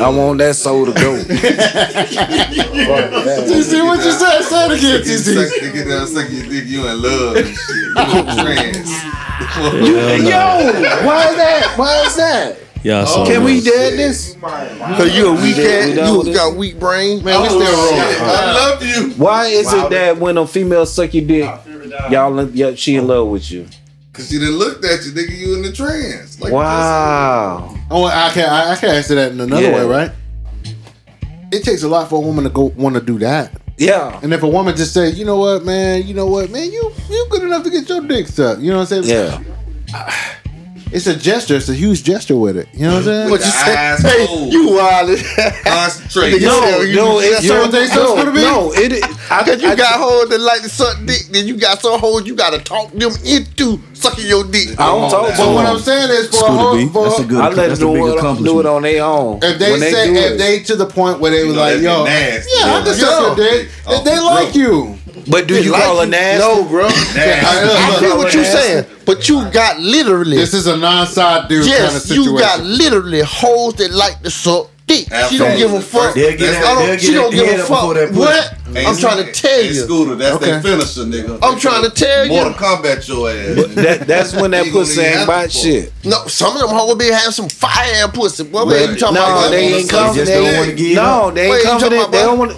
Speaker 2: want that soul to go.
Speaker 5: TC, what you say? Say it again, TC.
Speaker 6: Suck your dick. You in love and shit. You in
Speaker 2: Yo, why is that? Why is that?
Speaker 4: Y'all so
Speaker 2: Can we dead this?
Speaker 7: Cause you a weak
Speaker 2: We did- we
Speaker 7: head,
Speaker 2: done
Speaker 7: you
Speaker 2: with
Speaker 7: got weak brain.
Speaker 5: Man, we still
Speaker 6: trance.
Speaker 5: rolling.
Speaker 6: I love you.
Speaker 2: Why is it that when a female suck your dick, y'all, in- yeah, she in love with you?
Speaker 6: Cause she done looked at you, nigga. You in the trance. Like
Speaker 2: Wow.
Speaker 5: Oh, I can I, I can answer that in another
Speaker 2: Yeah.
Speaker 5: way, right? It takes a lot for a woman to go want to do that.
Speaker 2: Yeah.
Speaker 5: And if a woman just say, you know what, man, you know what, man, you you good enough to get your dick sucked. You know what I'm saying?
Speaker 2: Yeah.
Speaker 5: It's a gesture. It's a huge gesture with it. You know what I'm saying?
Speaker 7: What you
Speaker 6: The
Speaker 7: say?
Speaker 6: eyes
Speaker 7: Hey,
Speaker 6: cold.
Speaker 7: you wildin'.
Speaker 6: Just concentrate.
Speaker 7: Nigga,
Speaker 2: No,
Speaker 7: You-
Speaker 2: no,
Speaker 7: you-
Speaker 2: it's
Speaker 7: you
Speaker 5: don't think so,
Speaker 2: no,
Speaker 5: Scooter B?
Speaker 2: No, it. I,
Speaker 7: Cause you
Speaker 2: I-
Speaker 7: got hoes that like to suck dick, then you got some hoes you gotta talk them into sucking your dick.
Speaker 2: I don't talk to
Speaker 5: But what
Speaker 2: them.
Speaker 5: I'm saying is for a
Speaker 4: Scooter
Speaker 5: whole,
Speaker 4: B,
Speaker 5: for
Speaker 3: That's a good.
Speaker 2: I let them
Speaker 3: that's a
Speaker 2: do
Speaker 3: big
Speaker 2: it, do it
Speaker 3: accomplishment.
Speaker 2: on their own.
Speaker 5: If they,
Speaker 2: When
Speaker 5: say
Speaker 2: do
Speaker 5: if
Speaker 2: it.
Speaker 5: they to the point where they were
Speaker 6: know that'd
Speaker 5: like,
Speaker 6: be
Speaker 5: yo,
Speaker 6: nasty.
Speaker 5: yeah, I
Speaker 6: Yeah.
Speaker 5: can suck your dick.
Speaker 6: Oh,
Speaker 5: If they
Speaker 6: bro.
Speaker 5: like you,
Speaker 2: But do you
Speaker 7: Like
Speaker 2: call her
Speaker 7: you-
Speaker 2: nasty?
Speaker 7: No, bro. I, I
Speaker 2: Nasty.
Speaker 7: hear what you're saying, but you got literally.
Speaker 5: This is a non-side dude
Speaker 7: Yes,
Speaker 5: kind of situation.
Speaker 7: you got literally hoes that like to suck dick. She don't give a fuck.
Speaker 3: They'll get
Speaker 7: I
Speaker 3: that-
Speaker 7: don't-
Speaker 3: they'll get
Speaker 7: she don't
Speaker 3: that
Speaker 7: give
Speaker 3: head
Speaker 7: a
Speaker 3: up
Speaker 7: fuck.
Speaker 3: before that pussy.
Speaker 7: What? I'm
Speaker 6: Hey,
Speaker 7: trying to tell
Speaker 6: hey,
Speaker 7: you.
Speaker 6: Scooter, that's their
Speaker 7: Okay.
Speaker 6: finisher, nigga.
Speaker 7: I'm trying to tell you.
Speaker 6: Mortal Kombat your ass.
Speaker 2: That, that's when that
Speaker 6: You gonna
Speaker 2: pussy
Speaker 6: eat
Speaker 2: ain't
Speaker 6: apple
Speaker 2: bot
Speaker 6: for.
Speaker 2: shit.
Speaker 7: No, some of them hoes will be having some fire ass pussy. Boy,
Speaker 2: But-
Speaker 7: what you talking
Speaker 2: no,
Speaker 7: about?
Speaker 2: they ain't
Speaker 7: They
Speaker 2: confident.
Speaker 7: just don't wanna
Speaker 2: They
Speaker 7: give
Speaker 2: no,
Speaker 7: up.
Speaker 2: they
Speaker 7: What
Speaker 2: ain't
Speaker 7: you talking
Speaker 2: confident.
Speaker 7: about,
Speaker 2: They
Speaker 7: bro?
Speaker 2: don't want.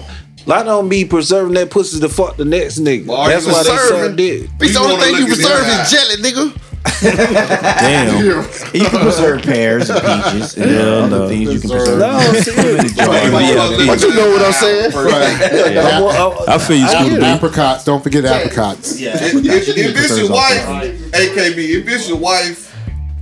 Speaker 2: A lot of them be preserving that pussy to fuck the next nigga.
Speaker 6: Well,
Speaker 2: That's
Speaker 6: you
Speaker 2: why they
Speaker 7: preserving-
Speaker 2: suck dick.
Speaker 7: Bitch, the
Speaker 6: You
Speaker 7: only
Speaker 6: wanna
Speaker 7: thing you
Speaker 6: look at
Speaker 7: preserve
Speaker 6: the
Speaker 7: is jelly, nigga.
Speaker 4: Damn.
Speaker 3: You can preserve pears and peaches and
Speaker 4: Yeah,
Speaker 3: other
Speaker 4: no.
Speaker 3: things you can preserve.
Speaker 2: No, seriously.
Speaker 7: But you know what I'm saying?
Speaker 5: Yeah.
Speaker 4: I feel you, Scooter B.
Speaker 5: apricots. Don't forget apricots.
Speaker 6: if, if, if it's your
Speaker 5: Preserve
Speaker 6: wife, AKB, if it's your wife,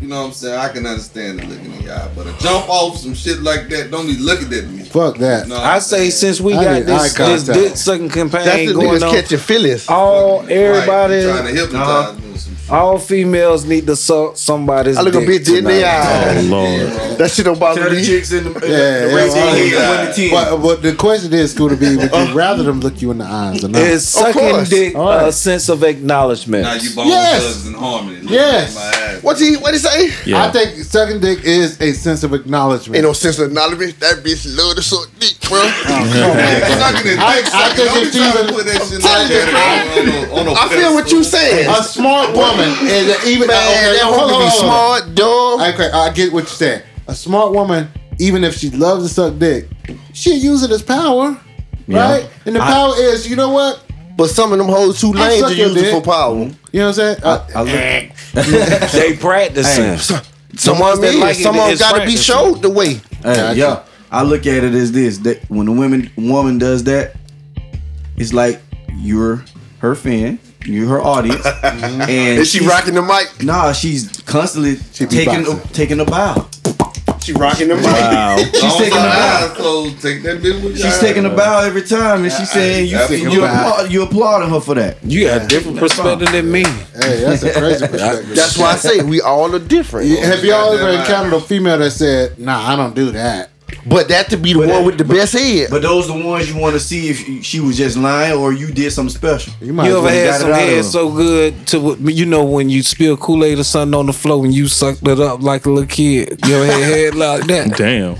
Speaker 6: you know what I'm saying? I can understand the looking in your eye, but a jump off some shit like that, don't be looking at me.
Speaker 5: Fuck that.
Speaker 6: No,
Speaker 2: I say since we
Speaker 5: I
Speaker 2: got
Speaker 5: need
Speaker 2: this,
Speaker 5: eye
Speaker 2: this
Speaker 5: contact.
Speaker 2: dick sucking
Speaker 7: That's
Speaker 2: campaign
Speaker 7: the
Speaker 2: going
Speaker 7: niggas
Speaker 2: on,
Speaker 7: catching feelings.
Speaker 2: all everybody,
Speaker 6: Right, you trying to hypnotize me with some shit.
Speaker 2: all females need to suck somebody's.
Speaker 7: I look a
Speaker 2: dick
Speaker 7: bitch in the
Speaker 2: tonight.
Speaker 4: Oh
Speaker 7: eye.
Speaker 4: Lord.
Speaker 7: That shit don't bother
Speaker 3: Tell the
Speaker 7: me.
Speaker 3: chicks in the, in the-
Speaker 5: Yeah,
Speaker 3: the
Speaker 5: yeah,
Speaker 3: race
Speaker 5: well,
Speaker 3: they
Speaker 6: yeah.
Speaker 3: in one to ten.
Speaker 5: But, but the question is, Scooter B, would you rather them look you in the eyes or not?
Speaker 2: Is sucking
Speaker 7: course.
Speaker 2: dick
Speaker 5: All
Speaker 2: a
Speaker 5: right.
Speaker 2: sense of acknowledgement?
Speaker 6: Now you bone
Speaker 5: Yes.
Speaker 6: thugs and harmony. Look
Speaker 5: Yes.
Speaker 6: at my ass.
Speaker 7: What he what he say?
Speaker 4: Yeah.
Speaker 5: I think sucking dick is a sense of acknowledgement.
Speaker 7: Ain't no sense of knowledge. That bitch love to suck dick, bro.
Speaker 6: Oh, Sucking and
Speaker 5: I-
Speaker 6: dick
Speaker 5: I
Speaker 6: sucking,
Speaker 5: think
Speaker 6: don't
Speaker 5: it's
Speaker 6: be trying to
Speaker 5: even-
Speaker 6: put that shit
Speaker 7: telling
Speaker 6: like
Speaker 7: you,
Speaker 6: that on a- on a
Speaker 7: I feel what
Speaker 6: pedestal.
Speaker 7: you saying.
Speaker 5: a smart woman is a- even.
Speaker 7: Man, that
Speaker 5: hold
Speaker 7: hoe
Speaker 5: on,
Speaker 7: be
Speaker 5: hold on.
Speaker 7: smart, dumb.
Speaker 5: Okay, I get what you're saying. A smart woman, even if she loves to suck dick, she use it as power,
Speaker 4: Yeah.
Speaker 5: right? And the power is, you know what?
Speaker 7: But some of them hoes too lame
Speaker 5: suck
Speaker 7: to
Speaker 5: your
Speaker 7: use it
Speaker 5: dick.
Speaker 7: for power.
Speaker 5: You know what I'm saying? Uh,
Speaker 3: I look-
Speaker 2: they practicing.
Speaker 7: Some
Speaker 2: ones
Speaker 7: of
Speaker 2: that
Speaker 7: them,
Speaker 2: like it
Speaker 7: some of them
Speaker 2: is
Speaker 7: gotta be
Speaker 2: practice.
Speaker 7: showed the way.
Speaker 3: Hey,
Speaker 5: Gotcha.
Speaker 3: yeah, I look at it as this: that when a woman woman does that, it's like you're her fan, you're her audience,
Speaker 5: Mm-hmm.
Speaker 3: and
Speaker 7: Is she
Speaker 3: she's-
Speaker 7: rocking the mic?
Speaker 3: Nah, she's constantly
Speaker 5: be
Speaker 3: taking a,
Speaker 5: boxing.
Speaker 3: taking a bow.
Speaker 7: She rocking the mic.
Speaker 3: She's
Speaker 6: Long
Speaker 3: taking a
Speaker 6: time
Speaker 3: bow.
Speaker 6: eyes closed, take that bitch with your
Speaker 3: She's
Speaker 6: eyes.
Speaker 3: taking a bow every time, and she's saying you
Speaker 6: Taking a
Speaker 3: you,
Speaker 5: bow.
Speaker 3: applaud, you applauding her for that.
Speaker 2: You got a different perspective than me.
Speaker 5: hey, that's a crazy perspective.
Speaker 7: That's why I say we all are different.
Speaker 5: Yeah, Have y'all ever
Speaker 6: Goddamn right.
Speaker 5: encountered a female that said, "Nah, I don't do that"?
Speaker 7: But that to be the
Speaker 3: But
Speaker 7: one
Speaker 3: that-
Speaker 7: with the best head.
Speaker 3: But those the ones you want to see if she was just lying or you did something special.
Speaker 5: You might
Speaker 2: You
Speaker 5: as
Speaker 2: ever
Speaker 5: well
Speaker 2: had
Speaker 3: got it
Speaker 2: some
Speaker 3: out of
Speaker 2: head
Speaker 3: them.
Speaker 2: so good to you know when you spill Kool Aid or something on the floor and you sucked it up like a little kid. You ever had head like that?
Speaker 4: Damn.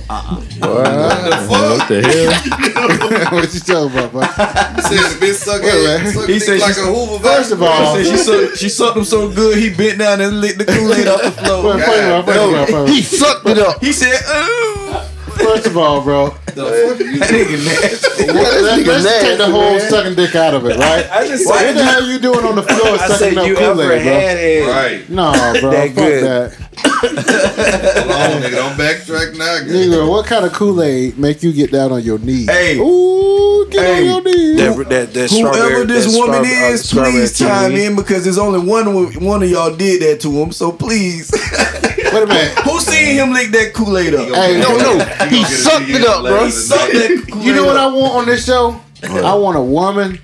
Speaker 6: Fuck.
Speaker 4: What the hell?
Speaker 5: what you talking about? bro?
Speaker 6: Said the bitch suck
Speaker 5: man.
Speaker 6: ass, suck
Speaker 3: He
Speaker 6: dick
Speaker 3: said
Speaker 6: like
Speaker 3: she-
Speaker 6: a Hoover
Speaker 5: First of all,
Speaker 3: She, sucked, she sucked him so good he bent down and licked the Kool Aid off the floor.
Speaker 5: Wait, first of all, first of all, first of all,
Speaker 7: He sucked it up.
Speaker 3: He said, "Ooh,
Speaker 5: first of all, bro,
Speaker 3: that nigga nasty."
Speaker 5: let's,
Speaker 7: nigga
Speaker 5: let's
Speaker 7: nasty,
Speaker 5: take the whole
Speaker 7: man.
Speaker 5: sucking dick out of it, right?
Speaker 2: I just
Speaker 5: What the
Speaker 2: said,
Speaker 5: hell you doing on the floor
Speaker 2: I said
Speaker 5: sucking up
Speaker 2: you
Speaker 5: Kool
Speaker 2: ever
Speaker 5: Aid, bro?
Speaker 2: had head.
Speaker 6: Right.
Speaker 5: No, bro,
Speaker 2: That
Speaker 5: fuck
Speaker 2: good.
Speaker 5: that.
Speaker 6: Hold on, nigga. Don't backtrack now. nigga.
Speaker 5: Nigga, what kind of Kool Aid make you get down on your knees?
Speaker 3: Hey.
Speaker 5: ooh, get
Speaker 3: Hey.
Speaker 5: on your knees.
Speaker 2: That, that, that
Speaker 3: Whoever
Speaker 2: strawberry-
Speaker 3: this
Speaker 2: that
Speaker 3: woman
Speaker 2: strawberry- uh,
Speaker 3: is,
Speaker 2: strawberry
Speaker 3: please
Speaker 2: kiwi.
Speaker 3: chime in because there's only one wo- one of y'all did that to him. So please,
Speaker 5: Wait a minute.
Speaker 3: who seen him lick that Kool Aid up?
Speaker 5: Hey,
Speaker 7: No, no. He
Speaker 6: get a
Speaker 7: sucked
Speaker 6: nigga
Speaker 7: it up, bro.
Speaker 6: later
Speaker 3: Suck that Kool-Aid
Speaker 5: You know what I
Speaker 3: up.
Speaker 5: want on this show? I want a woman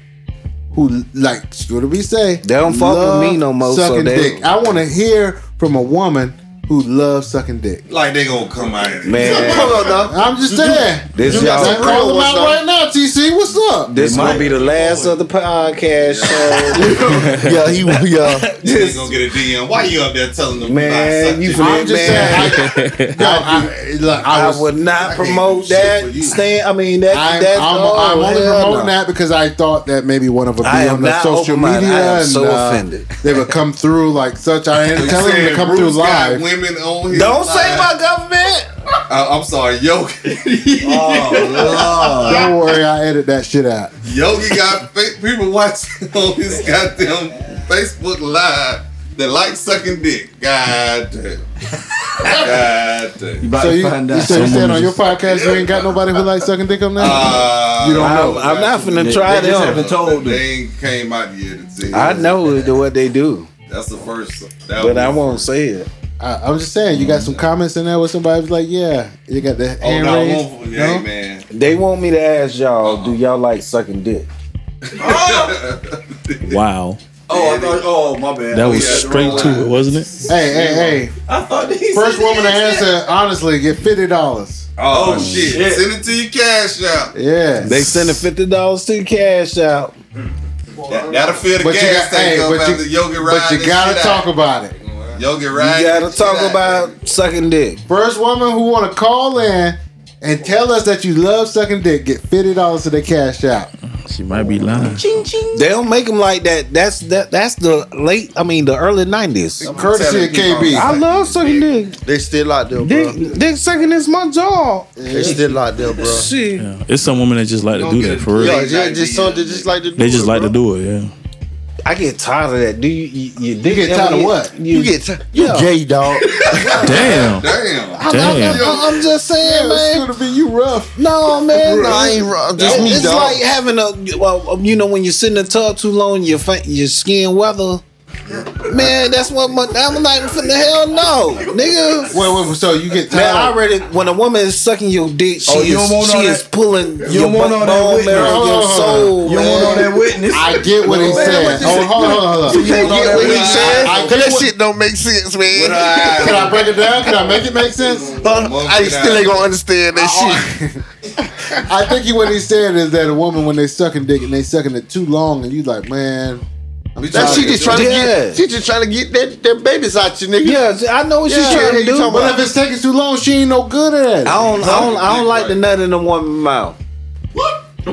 Speaker 5: who, like, what we say?
Speaker 2: They don't fuck with me no more, so
Speaker 5: Sucking
Speaker 2: they-
Speaker 5: dick. I want to hear from a woman who loves sucking dick.
Speaker 6: Like they gonna come out here.
Speaker 2: Man,
Speaker 7: Hold on now.
Speaker 5: I'm just saying.
Speaker 2: this
Speaker 7: You got
Speaker 2: y'all.
Speaker 7: some
Speaker 5: I'm
Speaker 7: real
Speaker 5: calling
Speaker 7: ones,
Speaker 5: out
Speaker 7: though.
Speaker 5: right now, TC. What's up?
Speaker 2: This gonna be the last of the podcast show.
Speaker 7: Yeah, he
Speaker 5: uh,
Speaker 7: yeah.
Speaker 6: They gonna get a DM. Why you up there telling them?
Speaker 2: Man, you
Speaker 6: you
Speaker 2: finna-
Speaker 6: buy
Speaker 5: I'm just
Speaker 2: Man.
Speaker 5: saying. I, no, I, look, I
Speaker 2: I
Speaker 5: was.
Speaker 2: would not
Speaker 6: I can't
Speaker 2: promote
Speaker 6: do shit for
Speaker 2: that
Speaker 6: you.
Speaker 2: stand. I mean that.
Speaker 5: I'm,
Speaker 2: that
Speaker 5: I'm,
Speaker 2: oh,
Speaker 5: I'm only
Speaker 2: hell
Speaker 5: promoting
Speaker 2: no.
Speaker 5: that because I thought that maybe one of them
Speaker 2: I
Speaker 5: be
Speaker 2: am
Speaker 5: on the
Speaker 2: not
Speaker 5: social
Speaker 2: open-minded.
Speaker 5: media
Speaker 2: I am
Speaker 5: and
Speaker 2: so
Speaker 5: uh,
Speaker 2: offended.
Speaker 5: they would come through like such. I ain't telling them to
Speaker 6: said
Speaker 5: come through
Speaker 6: Bruce got
Speaker 5: live.
Speaker 6: Women on his
Speaker 2: Don't say
Speaker 6: line.
Speaker 2: my government.
Speaker 6: I, I'm sorry, Yogi.
Speaker 5: Don't worry, I edit that shit out.
Speaker 6: Yogi got fa- people watching on his goddamn Facebook Live that like sucking dick. God damn. God damn.
Speaker 3: About
Speaker 5: So
Speaker 3: to
Speaker 5: you,
Speaker 3: find
Speaker 5: you
Speaker 3: out.
Speaker 5: said you said on
Speaker 3: Someone
Speaker 5: your podcast you ain't got nobody who likes sucking dick on there.
Speaker 6: Uh,
Speaker 5: You don't
Speaker 2: I'm,
Speaker 5: know.
Speaker 2: I'm not finna try
Speaker 3: They just
Speaker 2: them.
Speaker 3: haven't told
Speaker 6: They
Speaker 3: them.
Speaker 6: ain't came out yet. to tell you.
Speaker 2: I know it- what they do,
Speaker 6: That's the first. That
Speaker 2: but
Speaker 6: was-
Speaker 2: I won't say it.
Speaker 5: I, I'm just saying, you got some comments in there where somebody was like, "Yeah, you got the
Speaker 6: Oh,
Speaker 5: hand
Speaker 6: no, I
Speaker 5: raised."
Speaker 6: won't.
Speaker 5: No?
Speaker 6: Hey, man.
Speaker 2: They want me to ask y'all, do y'all like sucking dick?
Speaker 4: Wow.
Speaker 3: Oh, I thought, oh my bad.
Speaker 4: That
Speaker 3: Oh,
Speaker 4: was
Speaker 3: yeah,
Speaker 4: straight to it, wasn't it?
Speaker 5: Hey, hey,
Speaker 3: I thought he
Speaker 5: hey!
Speaker 3: said
Speaker 5: First woman to
Speaker 3: that.
Speaker 5: answer honestly get fifty dollars.
Speaker 6: Oh,
Speaker 3: Oh,
Speaker 6: shit.
Speaker 3: shit.
Speaker 6: Send it to your cash out.
Speaker 5: Yeah,
Speaker 2: They sending fifty dollars to the cash out.
Speaker 6: That, that'll fill the
Speaker 5: But you
Speaker 6: gas
Speaker 5: got-
Speaker 6: tank
Speaker 5: hey,
Speaker 6: up
Speaker 5: but
Speaker 6: after
Speaker 5: you-
Speaker 6: yoga
Speaker 5: but
Speaker 6: ride.
Speaker 5: you gotta talk about it.
Speaker 6: Yoga
Speaker 5: You
Speaker 6: ride.
Speaker 5: gotta
Speaker 6: this
Speaker 5: talk
Speaker 6: shit out.
Speaker 14: about sucking dick.
Speaker 5: First woman who want to call in and tell us that you love sucking dick, get fifty dollars to the cash out.
Speaker 4: She might be lying.
Speaker 2: They don't make them like that. That's that. That's the late. I mean, the early nineties.
Speaker 5: Courtesy of KB.
Speaker 2: I love sucking dick.
Speaker 7: They still out there, bro.
Speaker 2: Dick, dick sucking is my job.
Speaker 7: They still out there, bro.
Speaker 2: Shit.
Speaker 4: It's some women that just like to do that for real.
Speaker 7: Yo, just, just something they just like to do.
Speaker 4: They just like to do it. Yeah.
Speaker 2: I get tired of that. Do you? You, you, dick
Speaker 5: get
Speaker 2: ever
Speaker 5: tired of what?
Speaker 2: You,
Speaker 7: You get tired. You
Speaker 2: Yeah.
Speaker 7: gay dog.
Speaker 6: Damn.
Speaker 4: Damn. Damn.
Speaker 2: I'm just saying, man.
Speaker 5: It's gonna be you rough.
Speaker 2: No, man.
Speaker 7: Bro, I ain't wrong. Just
Speaker 2: It-
Speaker 7: me,
Speaker 2: it's
Speaker 7: dog.
Speaker 2: like having a, well, um, you know, when you sit in the tub too long, your fa- your skin weather. Man, that's what my, I'm like. From the hell, no, nigga.
Speaker 5: Wait, wait, so you get
Speaker 2: Man, I
Speaker 5: tired.
Speaker 2: already when a woman is sucking your dick, she
Speaker 3: Oh, you don't
Speaker 2: is
Speaker 3: want
Speaker 2: she
Speaker 3: all
Speaker 2: is
Speaker 3: that-
Speaker 2: pulling
Speaker 3: You
Speaker 2: your
Speaker 3: don't want
Speaker 2: bone
Speaker 3: all that witness.
Speaker 2: marrow,
Speaker 5: Hold on,
Speaker 2: your
Speaker 5: hold on.
Speaker 2: soul.
Speaker 3: You don't want all
Speaker 2: man.
Speaker 3: that witness.
Speaker 5: I get what he
Speaker 3: Wait, wait,
Speaker 5: said.
Speaker 3: wait,
Speaker 5: Hold on, hold on, hold on.
Speaker 3: You
Speaker 7: You
Speaker 3: don't
Speaker 7: get
Speaker 3: know
Speaker 7: what he
Speaker 3: that
Speaker 7: said?
Speaker 5: I- I-
Speaker 7: That shit don't make sense,
Speaker 6: What do
Speaker 7: man.
Speaker 5: Can
Speaker 6: I-
Speaker 5: I break it down? Can I make it make sense?
Speaker 6: Well,
Speaker 7: I still ain't gonna understand that shit.
Speaker 5: I think he, what he's saying is that a woman when they sucking dick and they sucking it too long, and you like, man,
Speaker 6: we
Speaker 7: That
Speaker 6: trying
Speaker 7: she
Speaker 6: to
Speaker 7: just
Speaker 6: do-
Speaker 7: trying to
Speaker 2: Yeah.
Speaker 7: get, she just trying to get that, that babies out you, nigga.
Speaker 2: Yeah, I know what she's trying to
Speaker 7: you
Speaker 2: do.
Speaker 7: talking
Speaker 5: but if it's taking too long, she ain't no good at it.
Speaker 2: I don't, I don't, I don't like the nut in a woman's mouth.
Speaker 6: What the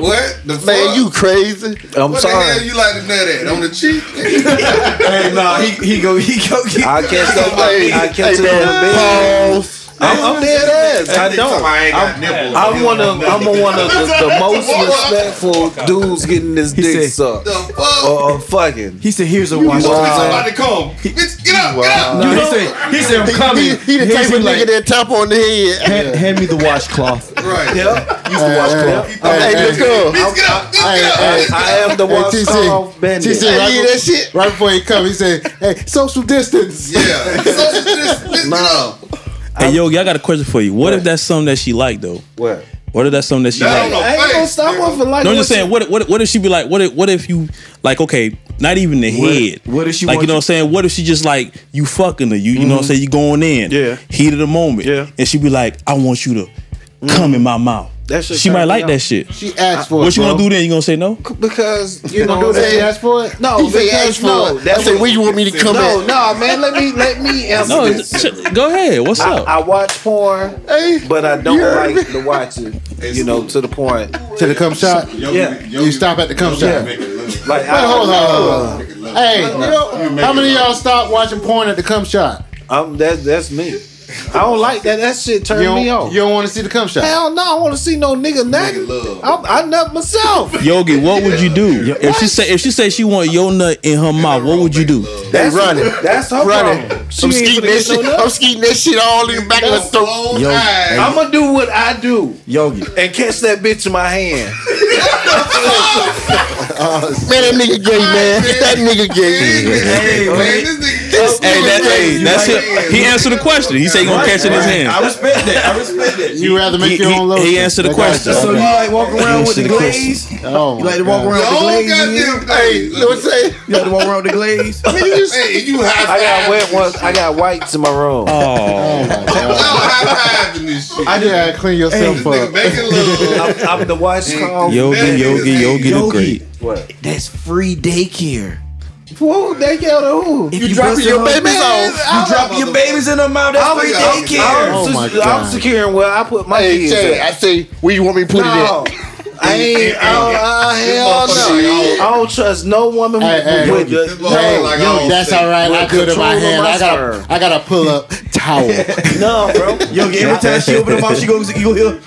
Speaker 6: fuck?
Speaker 7: Man, Oh, you crazy?
Speaker 2: I'm
Speaker 6: What the hell
Speaker 2: sorry.
Speaker 6: you like to nut at? On the cheek?
Speaker 3: Hey, nah, he he go he go. He,
Speaker 2: I catch that.
Speaker 7: Hey,
Speaker 2: I catch
Speaker 7: hey,
Speaker 2: it on the bed.
Speaker 7: man, pause.
Speaker 2: I'm, I'm dead ass. I
Speaker 6: They talking
Speaker 2: don't.
Speaker 6: about I ain't got
Speaker 2: I'm-
Speaker 6: nipples.
Speaker 2: I'm one of I'm one of the, the most respectful dudes getting this dick
Speaker 3: said-
Speaker 2: sucked
Speaker 6: The fuck?
Speaker 2: or, or fucking.
Speaker 3: he said, "Here's a watch."
Speaker 6: Wow. Somebody come. Bitch, get up, get up.
Speaker 3: No, he said, "He said I'm coming."
Speaker 7: He, he the
Speaker 3: He
Speaker 7: type
Speaker 3: said,
Speaker 7: of nigga
Speaker 3: like,
Speaker 7: that tap on the head.
Speaker 3: hand, hand me the washcloth.
Speaker 6: Right.
Speaker 5: Hey, hey,
Speaker 6: Hey,
Speaker 7: Hey,
Speaker 5: hey,
Speaker 7: let's go.
Speaker 6: Bitch, get up, get up, get up.
Speaker 5: Hey,
Speaker 2: I am the
Speaker 5: Hey,
Speaker 2: one
Speaker 5: TC.
Speaker 2: off
Speaker 5: She
Speaker 2: bandit.
Speaker 5: said
Speaker 7: Hey,
Speaker 5: right,
Speaker 7: that shit.
Speaker 5: right before he come, he said, "Hey, social distance."
Speaker 6: Yeah. So just, just get up.
Speaker 4: Hey, yo, I got a question for you. What if that's something that she like though?
Speaker 2: What?
Speaker 4: What if that's something that she
Speaker 6: That
Speaker 4: like?
Speaker 6: don't know.
Speaker 2: I ain't gonna stop
Speaker 6: Face,
Speaker 2: her for like.
Speaker 4: No, I'm just saying. What what what if she be like? What if what if you like? Okay, not even the
Speaker 3: What-
Speaker 4: head.
Speaker 3: what if she
Speaker 4: like? You
Speaker 3: want
Speaker 4: know
Speaker 3: you-
Speaker 4: what I'm saying? What if she just like you fucking her? You you know what I'm saying? You going in?
Speaker 2: Yeah.
Speaker 4: Heat of the moment.
Speaker 2: Yeah.
Speaker 4: And she be like, I want you to come in my mouth.
Speaker 2: That shit
Speaker 4: she might
Speaker 2: turn me
Speaker 4: like
Speaker 2: on.
Speaker 4: that shit.
Speaker 5: She asked for it.
Speaker 4: What you gonna
Speaker 5: bro.
Speaker 4: do then? You gonna say no?
Speaker 2: because you
Speaker 5: You
Speaker 2: know
Speaker 5: gonna do that? She
Speaker 2: that.
Speaker 5: asked for it.
Speaker 2: No,
Speaker 7: He say
Speaker 2: because
Speaker 7: ask
Speaker 2: no,
Speaker 7: for it. I
Speaker 2: that's
Speaker 7: say, where you want me to come
Speaker 2: no,
Speaker 7: at?
Speaker 2: no, man. Let me let me answer
Speaker 4: No.
Speaker 2: this.
Speaker 4: it's- Go ahead. What's
Speaker 2: I,
Speaker 4: up?
Speaker 2: I watch porn,
Speaker 7: Hey,
Speaker 2: but I don't
Speaker 7: you heard
Speaker 2: like to watch it. You know, to the point.
Speaker 5: To the cum shot.
Speaker 6: Yo,
Speaker 2: Yeah.
Speaker 6: yo,
Speaker 5: You stop at the cum shot.
Speaker 6: Make it look.
Speaker 2: Like,
Speaker 5: Wait,
Speaker 2: I,
Speaker 5: hold on, hold on. Hey, you know,
Speaker 6: make
Speaker 5: how
Speaker 6: it
Speaker 5: many of
Speaker 6: up.
Speaker 5: y'all stopped watching porn at the cum shot?
Speaker 2: I'm that's that's me. I don't like that. That shit
Speaker 5: You
Speaker 2: turned
Speaker 5: don't,
Speaker 2: me off.
Speaker 5: you don't want to see the cum shot.
Speaker 2: Hell no, I want to see no nigga
Speaker 6: Nigga
Speaker 2: nothing.
Speaker 6: love.
Speaker 2: I, I nut myself.
Speaker 4: Yogi, what would you do if she say if she say she want your nut in her mouth? What would you do?
Speaker 2: That's
Speaker 7: run it.
Speaker 2: That's her
Speaker 7: Run it.
Speaker 2: problem. She
Speaker 7: I'm
Speaker 2: ain't finna
Speaker 7: skeeting that
Speaker 2: get no
Speaker 7: shit.
Speaker 2: nut.
Speaker 7: I'm skeeting that shit all in the back of the throat.
Speaker 6: Close
Speaker 3: Yo.
Speaker 6: eyes.
Speaker 2: I'm gonna do what I do
Speaker 3: Yogi,
Speaker 2: and catch that bitch in my hand.
Speaker 7: Man, that nigga gay, man. That nigga gay.
Speaker 6: Hey, man, this nigga. This
Speaker 4: Hey, that, hey, that's
Speaker 6: it.
Speaker 4: him. He answered the question. He said he gonna catch it in his hand.
Speaker 3: I respect that. I respect that.
Speaker 5: You rather make
Speaker 4: he-
Speaker 5: your
Speaker 4: he-
Speaker 5: own lotion.
Speaker 4: he answered the
Speaker 5: That guy-
Speaker 4: question.
Speaker 3: So you
Speaker 5: okay.
Speaker 3: like walk around with the glaze?
Speaker 5: Oh,
Speaker 3: You
Speaker 5: my
Speaker 3: like to walk
Speaker 5: God.
Speaker 3: around with
Speaker 6: The
Speaker 3: the
Speaker 6: whole
Speaker 3: glaze? in?
Speaker 6: goddamn
Speaker 7: Hey, you know what I'm saying?
Speaker 3: You like to walk around with the glaze?
Speaker 6: Hey, you high
Speaker 2: I got wet once. I got whites in my room.
Speaker 4: Oh,
Speaker 5: Oh, my
Speaker 6: I'm
Speaker 5: God.
Speaker 6: high fiving this shit.
Speaker 5: I just gotta clean yourself
Speaker 6: Nigga,
Speaker 5: up.
Speaker 6: make it look.
Speaker 2: I'm, I'm the washcloth.
Speaker 4: Yogi, Yogi, Yogi the
Speaker 3: Yogi.
Speaker 4: great.
Speaker 2: What?
Speaker 3: That's free daycare.
Speaker 2: Whoa, they yelled at who?
Speaker 3: If you, drop
Speaker 7: busting
Speaker 3: your
Speaker 7: your babies
Speaker 3: babies
Speaker 7: off,
Speaker 3: off, you drop your babies in her mouth. That's
Speaker 2: I'm-
Speaker 3: free
Speaker 6: I'm-
Speaker 3: daycare.
Speaker 5: Oh, my
Speaker 2: I'm, sec-
Speaker 5: God.
Speaker 2: I'm securing where I put my
Speaker 7: Hey,
Speaker 2: kids.
Speaker 7: Chad,
Speaker 2: at.
Speaker 7: I say, where you want me to put it
Speaker 2: No,
Speaker 7: at?
Speaker 2: I ain't. I
Speaker 3: Oh,
Speaker 2: don't, I, hell
Speaker 6: motherfucker-
Speaker 2: no. I don't trust no woman
Speaker 5: Hey, hey,
Speaker 2: with
Speaker 5: Yogi.
Speaker 2: with-
Speaker 6: This
Speaker 5: Hey,
Speaker 6: motherfucker like
Speaker 5: yo,
Speaker 6: all
Speaker 5: that's
Speaker 6: sick.
Speaker 5: all right. I
Speaker 2: With
Speaker 5: do it in my
Speaker 2: control of
Speaker 5: hand.
Speaker 2: my
Speaker 5: I
Speaker 2: sperm.
Speaker 5: got I got to pull up towel.
Speaker 2: No, bro.
Speaker 3: Yogi, every time she open her mouth, she goes, you hear.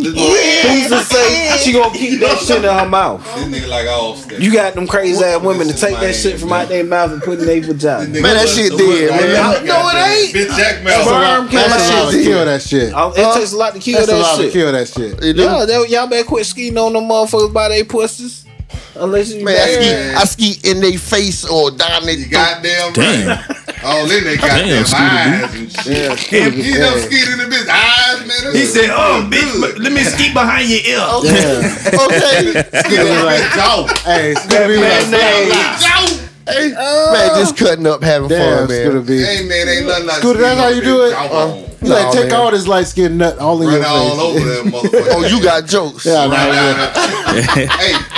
Speaker 2: Who's to say she gonna keep that shit in her mouth?
Speaker 6: This nigga like all stuff.
Speaker 2: You got them crazy ass women to
Speaker 6: This is
Speaker 2: take
Speaker 6: my
Speaker 2: that shit
Speaker 6: ass,
Speaker 2: from out their mouth and put in their vagina.
Speaker 7: Man, that shit dead, man.
Speaker 2: No, it ain't.
Speaker 6: Bitch, Jack
Speaker 2: Sperm
Speaker 6: Mel.
Speaker 5: That's a
Speaker 2: count.
Speaker 5: lot to kill that shit.
Speaker 2: Oh, It takes a lot to kill
Speaker 5: That's a
Speaker 2: that
Speaker 5: lot to
Speaker 2: shit.
Speaker 5: kill that shit.
Speaker 7: It do.
Speaker 2: Yeah, that, y'all better quit skeeting on them motherfuckers by their pussies. Unless you
Speaker 7: Man, I ski,
Speaker 2: married.
Speaker 7: I ski in their face or down their
Speaker 6: You
Speaker 7: throat.
Speaker 6: goddamn right.
Speaker 4: Damn.
Speaker 6: All in they goddamn
Speaker 4: Damn, Scooby-Doo.
Speaker 6: eyes and shit. He done skeeted in the bitch eyes, man.
Speaker 3: He said, "Oh, bitch, let me ski behind your ear."
Speaker 5: Yeah.
Speaker 7: Okay,
Speaker 5: Yeah, like,
Speaker 6: Joe.
Speaker 5: hey, it's gonna be like,
Speaker 6: Joe.
Speaker 7: man, just cutting up, having
Speaker 5: damn,
Speaker 7: fun,
Speaker 5: it's gonna
Speaker 7: man.
Speaker 5: be.
Speaker 6: Hey, man, ain't nothing like
Speaker 5: Scooter, that's how you do it? Uh,
Speaker 6: Joe.
Speaker 5: You like take all this light skinned nut all in your face.
Speaker 6: all over that motherfucker.
Speaker 7: Oh, you got jokes.
Speaker 5: Yeah, nah,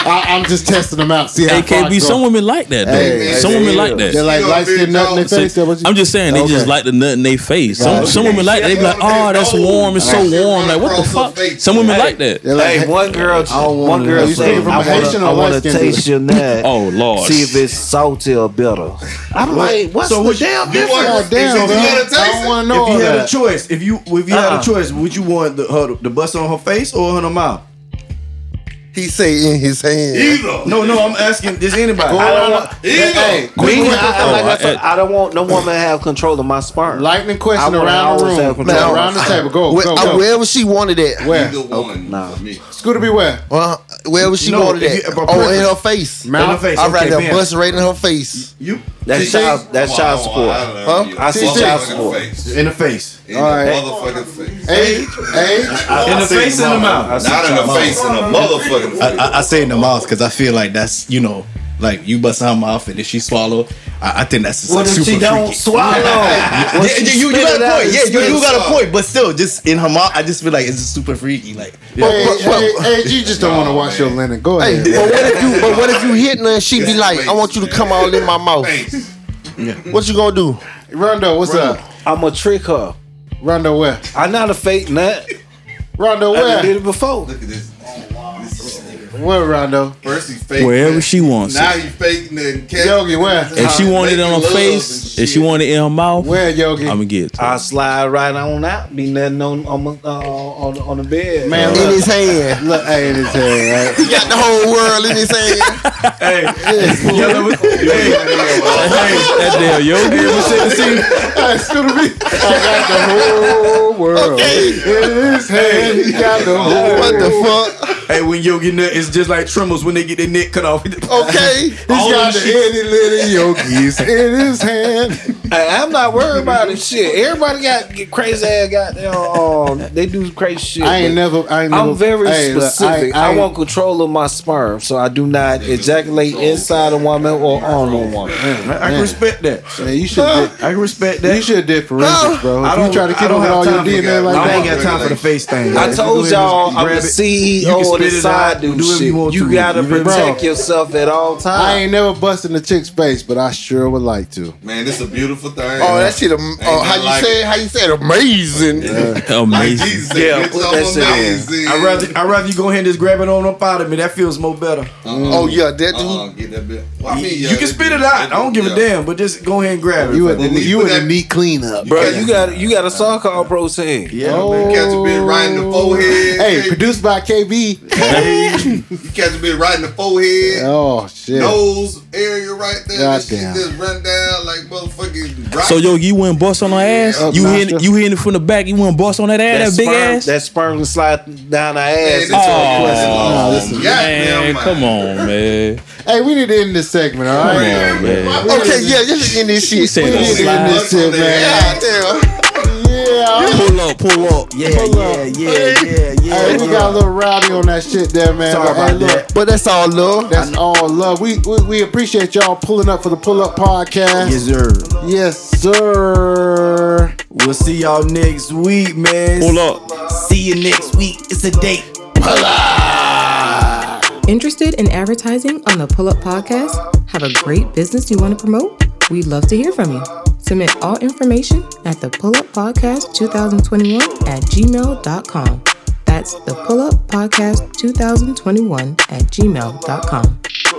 Speaker 5: I, I'm just testing them out. See how far it
Speaker 4: AKB, some
Speaker 5: goes.
Speaker 4: women like that though.
Speaker 5: Hey,
Speaker 4: some
Speaker 5: hey,
Speaker 4: women
Speaker 5: hey,
Speaker 4: like that.
Speaker 5: They like light skinned nut in their
Speaker 4: So,
Speaker 5: face. that what you-
Speaker 4: I'm just saying they just
Speaker 5: Okay.
Speaker 4: like the nut in their face. Some
Speaker 5: Gotcha.
Speaker 4: some women like that. They be like, oh, that's warm. It's so warm. Like what the fuck? Some women like that.
Speaker 2: hey, one girl, one girl said, "I want to, I want to taste your nut.
Speaker 4: Oh lord,
Speaker 2: see if it's salty or bitter." I'm like, what's
Speaker 3: So
Speaker 2: the
Speaker 3: what you-
Speaker 2: damn
Speaker 3: you
Speaker 2: difference?
Speaker 3: want- God damn,
Speaker 2: Is it
Speaker 3: bro.
Speaker 2: you gotta
Speaker 3: I
Speaker 2: taste
Speaker 5: don't
Speaker 2: it?
Speaker 5: wanna
Speaker 3: if you had a
Speaker 5: that.
Speaker 3: choice, if you if you had
Speaker 2: Uh-uh.
Speaker 3: a choice, would you want the her, the bust on her face or on her mouth?
Speaker 7: He say in his hand.
Speaker 3: Either. No, no, I'm asking. Does anybody?
Speaker 2: I don't
Speaker 3: want
Speaker 2: Hey, me, I, I- like I, said, I don't want no woman to have control of my sperm.
Speaker 5: Lightning question
Speaker 2: I wanna
Speaker 5: around the
Speaker 2: always have
Speaker 5: room.
Speaker 2: control.
Speaker 5: around the table. Go,
Speaker 7: Where-
Speaker 5: go,
Speaker 7: uh,
Speaker 5: go.
Speaker 7: Wherever she wanted it.
Speaker 5: Where?
Speaker 6: one.
Speaker 2: Nah.
Speaker 5: Scooter be where?
Speaker 7: Uh, wherever she
Speaker 3: No,
Speaker 7: wanted
Speaker 3: if
Speaker 7: it.
Speaker 3: you- but
Speaker 7: Oh, in her
Speaker 3: preference.
Speaker 7: face.
Speaker 5: Mouth? In her face,
Speaker 7: I
Speaker 5: okay,
Speaker 7: rather
Speaker 5: man.
Speaker 7: bust right in her face.
Speaker 3: You
Speaker 2: That's
Speaker 3: See,
Speaker 2: child, that's child
Speaker 6: on,
Speaker 2: support.
Speaker 6: I love
Speaker 2: Huh?
Speaker 6: you.
Speaker 2: I see
Speaker 6: Motherfucking
Speaker 2: child support.
Speaker 6: face.
Speaker 3: in the face.
Speaker 6: In
Speaker 5: All right.
Speaker 6: the motherfucking face.
Speaker 5: Age, age.
Speaker 6: I-
Speaker 3: In
Speaker 6: I
Speaker 3: the
Speaker 6: say
Speaker 3: face, in the mouth.
Speaker 6: Not in the face, in the motherfucking face.
Speaker 15: I, I, I say in the mouth because I feel like that's you know like you bust her mouth and if she swallow, I, I think that's just,
Speaker 2: What
Speaker 15: like,
Speaker 2: if
Speaker 15: super
Speaker 2: she don't
Speaker 15: freaky.
Speaker 2: swallow?
Speaker 15: yeah,
Speaker 2: What if
Speaker 15: yeah,
Speaker 2: she
Speaker 15: you, you
Speaker 2: spit
Speaker 15: got
Speaker 2: it
Speaker 15: a
Speaker 2: out
Speaker 15: point.
Speaker 2: and
Speaker 15: Yeah, you,
Speaker 2: spit
Speaker 15: you got
Speaker 2: it
Speaker 15: a point. But still, just in her mouth, I just feel like it's just super freaky. Like
Speaker 5: Hey, hey, hey, you just don't want to wash your linen. Go
Speaker 7: Hey,
Speaker 5: ahead.
Speaker 7: but what if you but what if you hit her and she be like, I want you to come all in my mouth. What you gonna do?
Speaker 5: Rondo, what's up?
Speaker 2: I'm gonna trick her.
Speaker 5: Rondo, where?
Speaker 2: I'm not a fake nut.
Speaker 5: Rondo,
Speaker 2: I done did
Speaker 5: where?
Speaker 2: it before.
Speaker 6: Look at this. This is-
Speaker 5: Where, Rondo?
Speaker 6: First he fake
Speaker 4: Wherever
Speaker 6: nut.
Speaker 4: she wants
Speaker 6: Now
Speaker 4: it.
Speaker 6: he faking and
Speaker 5: Yogi, where?
Speaker 4: If she wanted it on her
Speaker 6: Making love
Speaker 4: face,
Speaker 6: and
Speaker 4: if she wanted it in her mouth,
Speaker 5: Where, Yogi?
Speaker 4: I'ma get it. to her.
Speaker 2: I slide right on out. Be nothing on on my- uh, on, on the bed.
Speaker 5: Man,
Speaker 7: In
Speaker 5: look,
Speaker 7: his hand.
Speaker 5: look, hey, in his head, right?
Speaker 7: He got the whole world in his hand.
Speaker 4: That damn yoga.
Speaker 5: Hey, Scooter B, I got the whole world in his hand. He got the whole.
Speaker 7: What the
Speaker 3: Hey, when Yogi Nut is just like tremors when they get their neck cut off.
Speaker 4: Oh.
Speaker 7: fuck? Okay.
Speaker 5: He's got the itty litty yogis in his hand.
Speaker 2: I, I'm not worried about this shit. Everybody got get crazy ass goddamn. Um, they do crazy shit.
Speaker 5: I
Speaker 2: but
Speaker 5: ain't never. I ain't never.
Speaker 2: I'm very
Speaker 5: hey, look,
Speaker 2: specific. I,
Speaker 5: ain't-
Speaker 2: want control of my sperm, so I do not ejaculate inside a woman or on a woman.
Speaker 3: I can respect that.
Speaker 5: Man, you should. have
Speaker 3: I can respect
Speaker 5: did, you
Speaker 3: that.
Speaker 5: should have did forensics, bro. If you try to
Speaker 3: I
Speaker 5: keep
Speaker 3: don't
Speaker 5: on with
Speaker 3: have
Speaker 5: all your
Speaker 3: time for
Speaker 5: DNA
Speaker 6: that.
Speaker 5: like
Speaker 3: I
Speaker 5: that,
Speaker 3: ain't got time for the face thing.
Speaker 2: I told y'all I'm
Speaker 3: Grab
Speaker 2: the
Speaker 3: it. You
Speaker 2: CEO
Speaker 3: can
Speaker 2: of the
Speaker 3: spit it out,
Speaker 2: side dude
Speaker 3: do whatever
Speaker 2: shit.
Speaker 3: you want
Speaker 2: You
Speaker 3: to.
Speaker 2: gotta
Speaker 3: You been-
Speaker 2: protect yourself at all
Speaker 5: I
Speaker 2: times.
Speaker 5: ain't never busting the chick's face, but I sure would like to.
Speaker 6: Man, this is a beautiful thing.
Speaker 7: Oh, that shit. am-
Speaker 6: Ain't
Speaker 7: Oh, how
Speaker 6: nothing
Speaker 7: you
Speaker 6: like
Speaker 7: say? How you say? it? Amazing.
Speaker 4: Oh, Amazing.
Speaker 6: Yeah,
Speaker 2: put that shit in.
Speaker 3: I'd rather, I'd rather you go ahead and just grab it on up out of me. That feels more better.
Speaker 7: Oh yeah, that dude.
Speaker 6: Uh-uh, get that bit. Well, I mean, yeah,
Speaker 3: you can spit it out. I don't give a damn, but just go ahead and grab it.
Speaker 5: You would.
Speaker 6: But we
Speaker 5: You
Speaker 6: put
Speaker 5: would
Speaker 6: that-
Speaker 5: a neat cleanup.
Speaker 2: Bro, you got you got a song called Protein.
Speaker 3: yeah,
Speaker 5: Oh.
Speaker 6: Catch a bit right in the forehead.
Speaker 5: Hey, produced by KB.
Speaker 6: You catch a bit right in the forehead.
Speaker 5: Oh shit.
Speaker 6: Nose area right there.
Speaker 5: God
Speaker 6: That shit
Speaker 5: damn.
Speaker 6: just run down like motherfucking rock.
Speaker 4: So yo, you went bust on her ass.
Speaker 5: Yeah.
Speaker 4: you
Speaker 5: Up,
Speaker 4: hitting,
Speaker 5: Nasha.
Speaker 4: you hitting it from the back. You went bust on that ass, that, big
Speaker 2: sperm,
Speaker 4: ass.
Speaker 2: That sperm can slide down our
Speaker 6: Man,
Speaker 2: ass.
Speaker 6: this whole
Speaker 4: Oh,
Speaker 6: question
Speaker 5: no,
Speaker 6: long.
Speaker 5: this is-
Speaker 6: Goddamn
Speaker 4: man,
Speaker 6: mind.
Speaker 4: come on, man.
Speaker 5: Hey, we need to end this segment. All
Speaker 4: Come on,
Speaker 5: right.
Speaker 4: man.
Speaker 7: Okay, yeah, just in this
Speaker 4: You
Speaker 7: shit.
Speaker 4: said
Speaker 5: We
Speaker 4: no
Speaker 5: need to
Speaker 4: slide.
Speaker 5: end this shit, man.
Speaker 7: God damn.
Speaker 5: Yeah.
Speaker 4: Pull up, pull up.
Speaker 3: yeah, yeah, yeah, yeah, yeah.
Speaker 5: Hey, we got a little rowdy on that shit there, man.
Speaker 3: Sorry
Speaker 5: But, hey,
Speaker 3: about
Speaker 5: look,
Speaker 3: that.
Speaker 7: But that's all love.
Speaker 5: That's all love. We, we we appreciate y'all pulling up for the pull up podcast.
Speaker 3: Yes, sir.
Speaker 5: Yes, sir.
Speaker 3: We'll see y'all next week, man.
Speaker 4: Pull up.
Speaker 3: See you next week. It's a date.
Speaker 1: Interested in advertising on the Pull Up Podcast? Have a great business you want to promote? We'd love to hear from you. Submit all information at the Pull Up Podcast 2021 at gmail.com. That's the Pull Up Podcast 2021 at gmail.com.